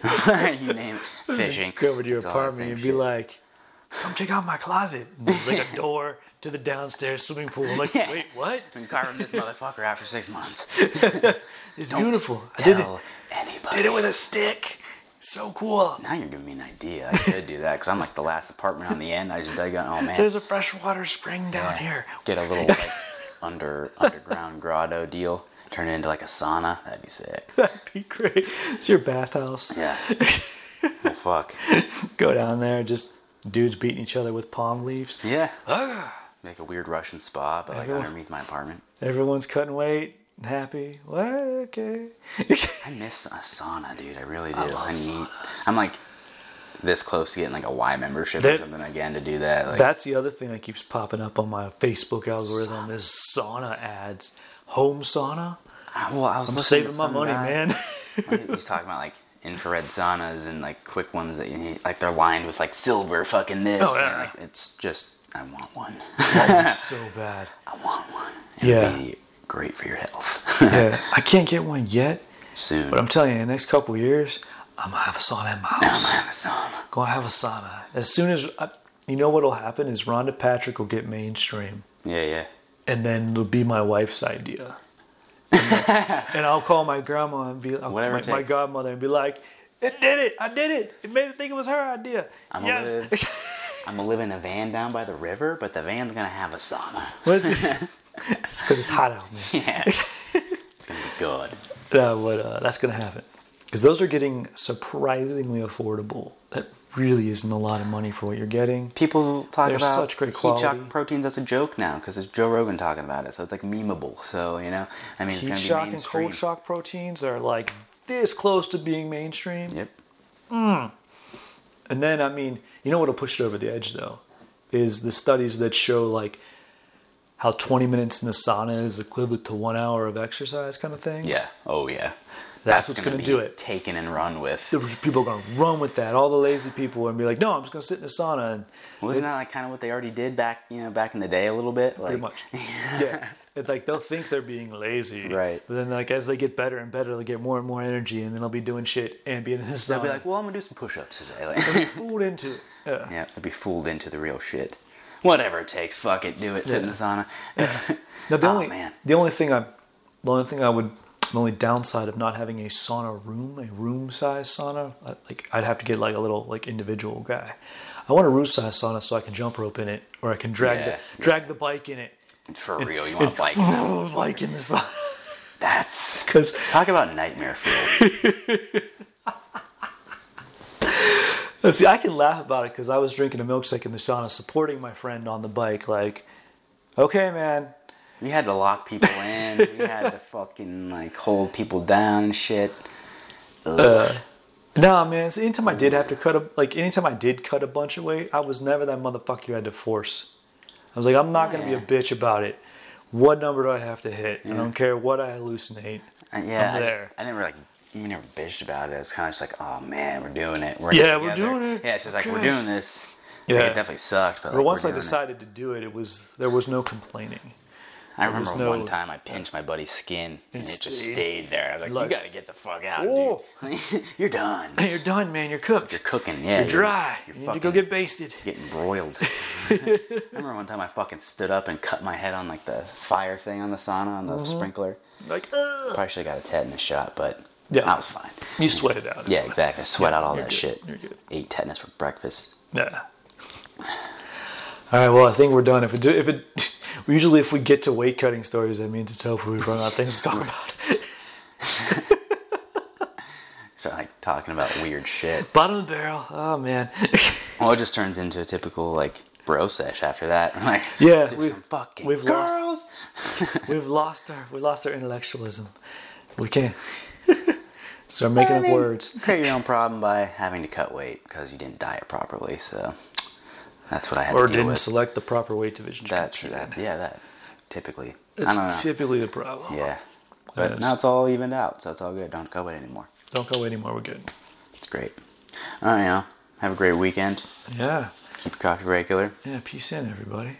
Speaker 2: name it. Fishing.
Speaker 1: Go over to your
Speaker 2: It's all that
Speaker 1: apartment
Speaker 2: same
Speaker 1: and be
Speaker 2: shit.
Speaker 1: like, "Come check out my closet." And there's like a door to the downstairs swimming pool. I'm like, wait, what?
Speaker 2: been carving this motherfucker out for six months.
Speaker 1: It's beautiful. I
Speaker 2: Tell
Speaker 1: did it.
Speaker 2: anybody.
Speaker 1: Did it with a stick. So cool.
Speaker 2: now you're giving me an idea. I could do that because I'm like the last apartment on the end. I just dug out. Oh man,
Speaker 1: There's a freshwater spring down here.
Speaker 2: get a little like, under underground grotto deal. Turn it into like a sauna. That'd be sick.
Speaker 1: That'd be great. It's your bathhouse.
Speaker 2: Yeah. well, fuck.
Speaker 1: Go down there, just dudes beating each other with palm leaves.
Speaker 2: Yeah. Make a weird Russian spa, but like
Speaker 1: Ah. Everyone-
Speaker 2: underneath my apartment.
Speaker 1: Everyone's cutting weight and happy. Well, okay.
Speaker 2: I miss a sauna, dude. I really do. I,
Speaker 1: love
Speaker 2: need. I'm like this close to getting like a Y membership
Speaker 1: That-
Speaker 2: or something again to do that. Like,
Speaker 1: That's the other thing that keeps popping up on my Facebook algorithm is sauna ads. Home sauna.
Speaker 2: I- well, I was
Speaker 1: I'm
Speaker 2: listening to
Speaker 1: saving my
Speaker 2: some
Speaker 1: money,
Speaker 2: guy-
Speaker 1: man.
Speaker 2: He's talking about like infrared saunas and like quick ones that you need, like they're lined with like silver fucking this.
Speaker 1: Oh, yeah.
Speaker 2: and, like, it's just, I want one.
Speaker 1: It's so bad.
Speaker 2: I want one.
Speaker 1: Yeah.
Speaker 2: It'd be great for your health.
Speaker 1: Yeah, I can't get one yet,
Speaker 2: Soon.
Speaker 1: but I'm telling you, in the next couple years, I'm gonna have a sauna in my
Speaker 2: I'm
Speaker 1: house.
Speaker 2: having a sauna.
Speaker 1: Gonna have a sauna. As soon as I, you know what'll happen is Rhonda Patrick will get mainstream,
Speaker 2: Yeah, yeah.
Speaker 1: and then it'll be my wife's idea. And then- and I'll call my grandma and be I'll-
Speaker 2: Whatever
Speaker 1: my,
Speaker 2: it
Speaker 1: my
Speaker 2: takes.
Speaker 1: godmother and be like, "It did it! I did it! It made it think it was her idea."
Speaker 2: I'm gonna
Speaker 1: yes.
Speaker 2: live- I'm gonna live in a van down by the river, but the van's gonna have a sauna.
Speaker 1: What's it? it's because it's hot out, man.
Speaker 2: Yeah. it's gonna be good.
Speaker 1: No, but uh, that's gonna happen because those are getting surprisingly affordable. That really isn't a lot of money for what you're getting.
Speaker 2: People talk
Speaker 1: They're
Speaker 2: about
Speaker 1: such great
Speaker 2: heat shock
Speaker 1: quality.
Speaker 2: proteins as a joke now because it's Joe Rogan talking about it, so it's like memeable. So you know, I mean, it's
Speaker 1: Heat
Speaker 2: gonna be
Speaker 1: shock and
Speaker 2: mainstream.
Speaker 1: cold shock proteins are like this close to being mainstream.
Speaker 2: Yep.
Speaker 1: And then, I mean, you know what'll push it over the edge though? is the studies that show like how 20 minutes in the sauna is equivalent to one hour of exercise kind of things.
Speaker 2: Yeah. Oh yeah.
Speaker 1: That's what's
Speaker 2: gonna
Speaker 1: gonna
Speaker 2: be
Speaker 1: do it.
Speaker 2: Taken and run with.
Speaker 1: The people are going to run with that. All the lazy people and be like, no, I'm just going to sit in the sauna and
Speaker 2: Wasn't that like kind of what they already did back, you know, back in the day a little bit? Like,
Speaker 1: pretty much. yeah. It's like they'll think they're being lazy.
Speaker 2: Right.
Speaker 1: But then like as they get better and better, they'll get more and more energy and then they'll be doing shit and being in the
Speaker 2: They'll
Speaker 1: sauna.
Speaker 2: be like, well, I'm gonna do some push-ups today. Like,
Speaker 1: fooled into it. Yeah.
Speaker 2: yeah, they'll be fooled into the real shit. Whatever it takes, fuck it, do it. Sit in the sauna.
Speaker 1: Now the
Speaker 2: Aw,
Speaker 1: only
Speaker 2: Oh, man.
Speaker 1: the only thing I the only thing I would the only downside of not having a sauna room, a room size sauna, I- like I'd have to get like a little like individual guy. I want a room size sauna so I can jump rope in it or I can drag
Speaker 2: Yeah.
Speaker 1: the drag the bike in it.
Speaker 2: For real, you want to bike? now.
Speaker 1: bike in the sauna
Speaker 2: That's
Speaker 1: because
Speaker 2: talk about nightmare fuel.
Speaker 1: See, I can laugh about it because I was drinking a milkshake in the sauna, supporting my friend on the bike. Like, okay, man,
Speaker 2: We had to lock people in. We had to fucking like hold people down and shit. Ugh.
Speaker 1: Uh, nah, man. So anytime I did have to cut a like, anytime I did cut a bunch of weight, I was never that motherfucker you had to force. I was like, I'm not gonna
Speaker 2: Yeah.
Speaker 1: be a bitch about it. What number do I have to hit? I don't care what I hallucinate.
Speaker 2: Uh,
Speaker 1: I'm
Speaker 2: yeah, I, just-
Speaker 1: there.
Speaker 2: I never like we never bitched about it. It was kind of just like, oh man, we're doing it. We're
Speaker 1: Yeah, we're
Speaker 2: together."
Speaker 1: doing it.
Speaker 2: Yeah, it's just like
Speaker 1: Okay.
Speaker 2: we're doing this.
Speaker 1: Yeah.
Speaker 2: Yeah, it definitely sucked. But, like,
Speaker 1: But once
Speaker 2: we're
Speaker 1: I
Speaker 2: doing it.
Speaker 1: decided to do it, it was there was no complaining.
Speaker 2: I
Speaker 1: was
Speaker 2: remember
Speaker 1: no-
Speaker 2: one time I pinched my buddy's skin and it just
Speaker 1: stayed.
Speaker 2: stayed there. I was like,
Speaker 1: Like-
Speaker 2: you gotta get the fuck out,
Speaker 1: Whoa.
Speaker 2: dude. You're done.
Speaker 1: You're done, man. You're cooked.
Speaker 2: You're cooking. Yeah,
Speaker 1: You're dry.
Speaker 2: You're,
Speaker 1: you need
Speaker 2: fucking
Speaker 1: to go get basted.
Speaker 2: getting broiled. I remember one time I fucking stood up and cut my head on like the fire thing on the sauna on
Speaker 1: Uh-huh.
Speaker 2: the sprinkler.
Speaker 1: Like, ugh.
Speaker 2: Probably should have got a tetanus shot, but
Speaker 1: Yeah.
Speaker 2: I was fine.
Speaker 1: you sweat it out. It's
Speaker 2: Yeah,
Speaker 1: fine.
Speaker 2: exactly. I sweat out all
Speaker 1: you're
Speaker 2: that
Speaker 1: good.
Speaker 2: shit.
Speaker 1: You're good.
Speaker 2: Ate tetanus for breakfast.
Speaker 1: Yeah. All right. Well, I think we're done. If we do, if it, usually if we get to weight cutting stories, that means it's helpful. We've run out of things to talk about.
Speaker 2: So like talking about weird shit.
Speaker 1: Bottom of the barrel. Oh man.
Speaker 2: Well, it just turns into a typical like bro sesh after that. Like
Speaker 1: Yeah,
Speaker 2: do
Speaker 1: we've-
Speaker 2: some fucking
Speaker 1: we've lost-
Speaker 2: girls.
Speaker 1: We've lost our we lost our intellectualism. We can't. So I'm making up words.
Speaker 2: Create your own problem by having to cut weight because you didn't diet properly. So that's what I had
Speaker 1: Or
Speaker 2: to deal
Speaker 1: didn't
Speaker 2: with.
Speaker 1: select the proper weight division.
Speaker 2: That,
Speaker 1: structure.
Speaker 2: that yeah, that typically. I don't know.
Speaker 1: It's typically the problem.
Speaker 2: yeah, but
Speaker 1: Yes.
Speaker 2: now it's all evened out, so it's all good. Don't go it anymore.
Speaker 1: Don't go anymore. We're good.
Speaker 2: It's great. All right, y'all. Have a great weekend.
Speaker 1: Yeah.
Speaker 2: Keep your coffee regular.
Speaker 1: Yeah. Peace in, everybody.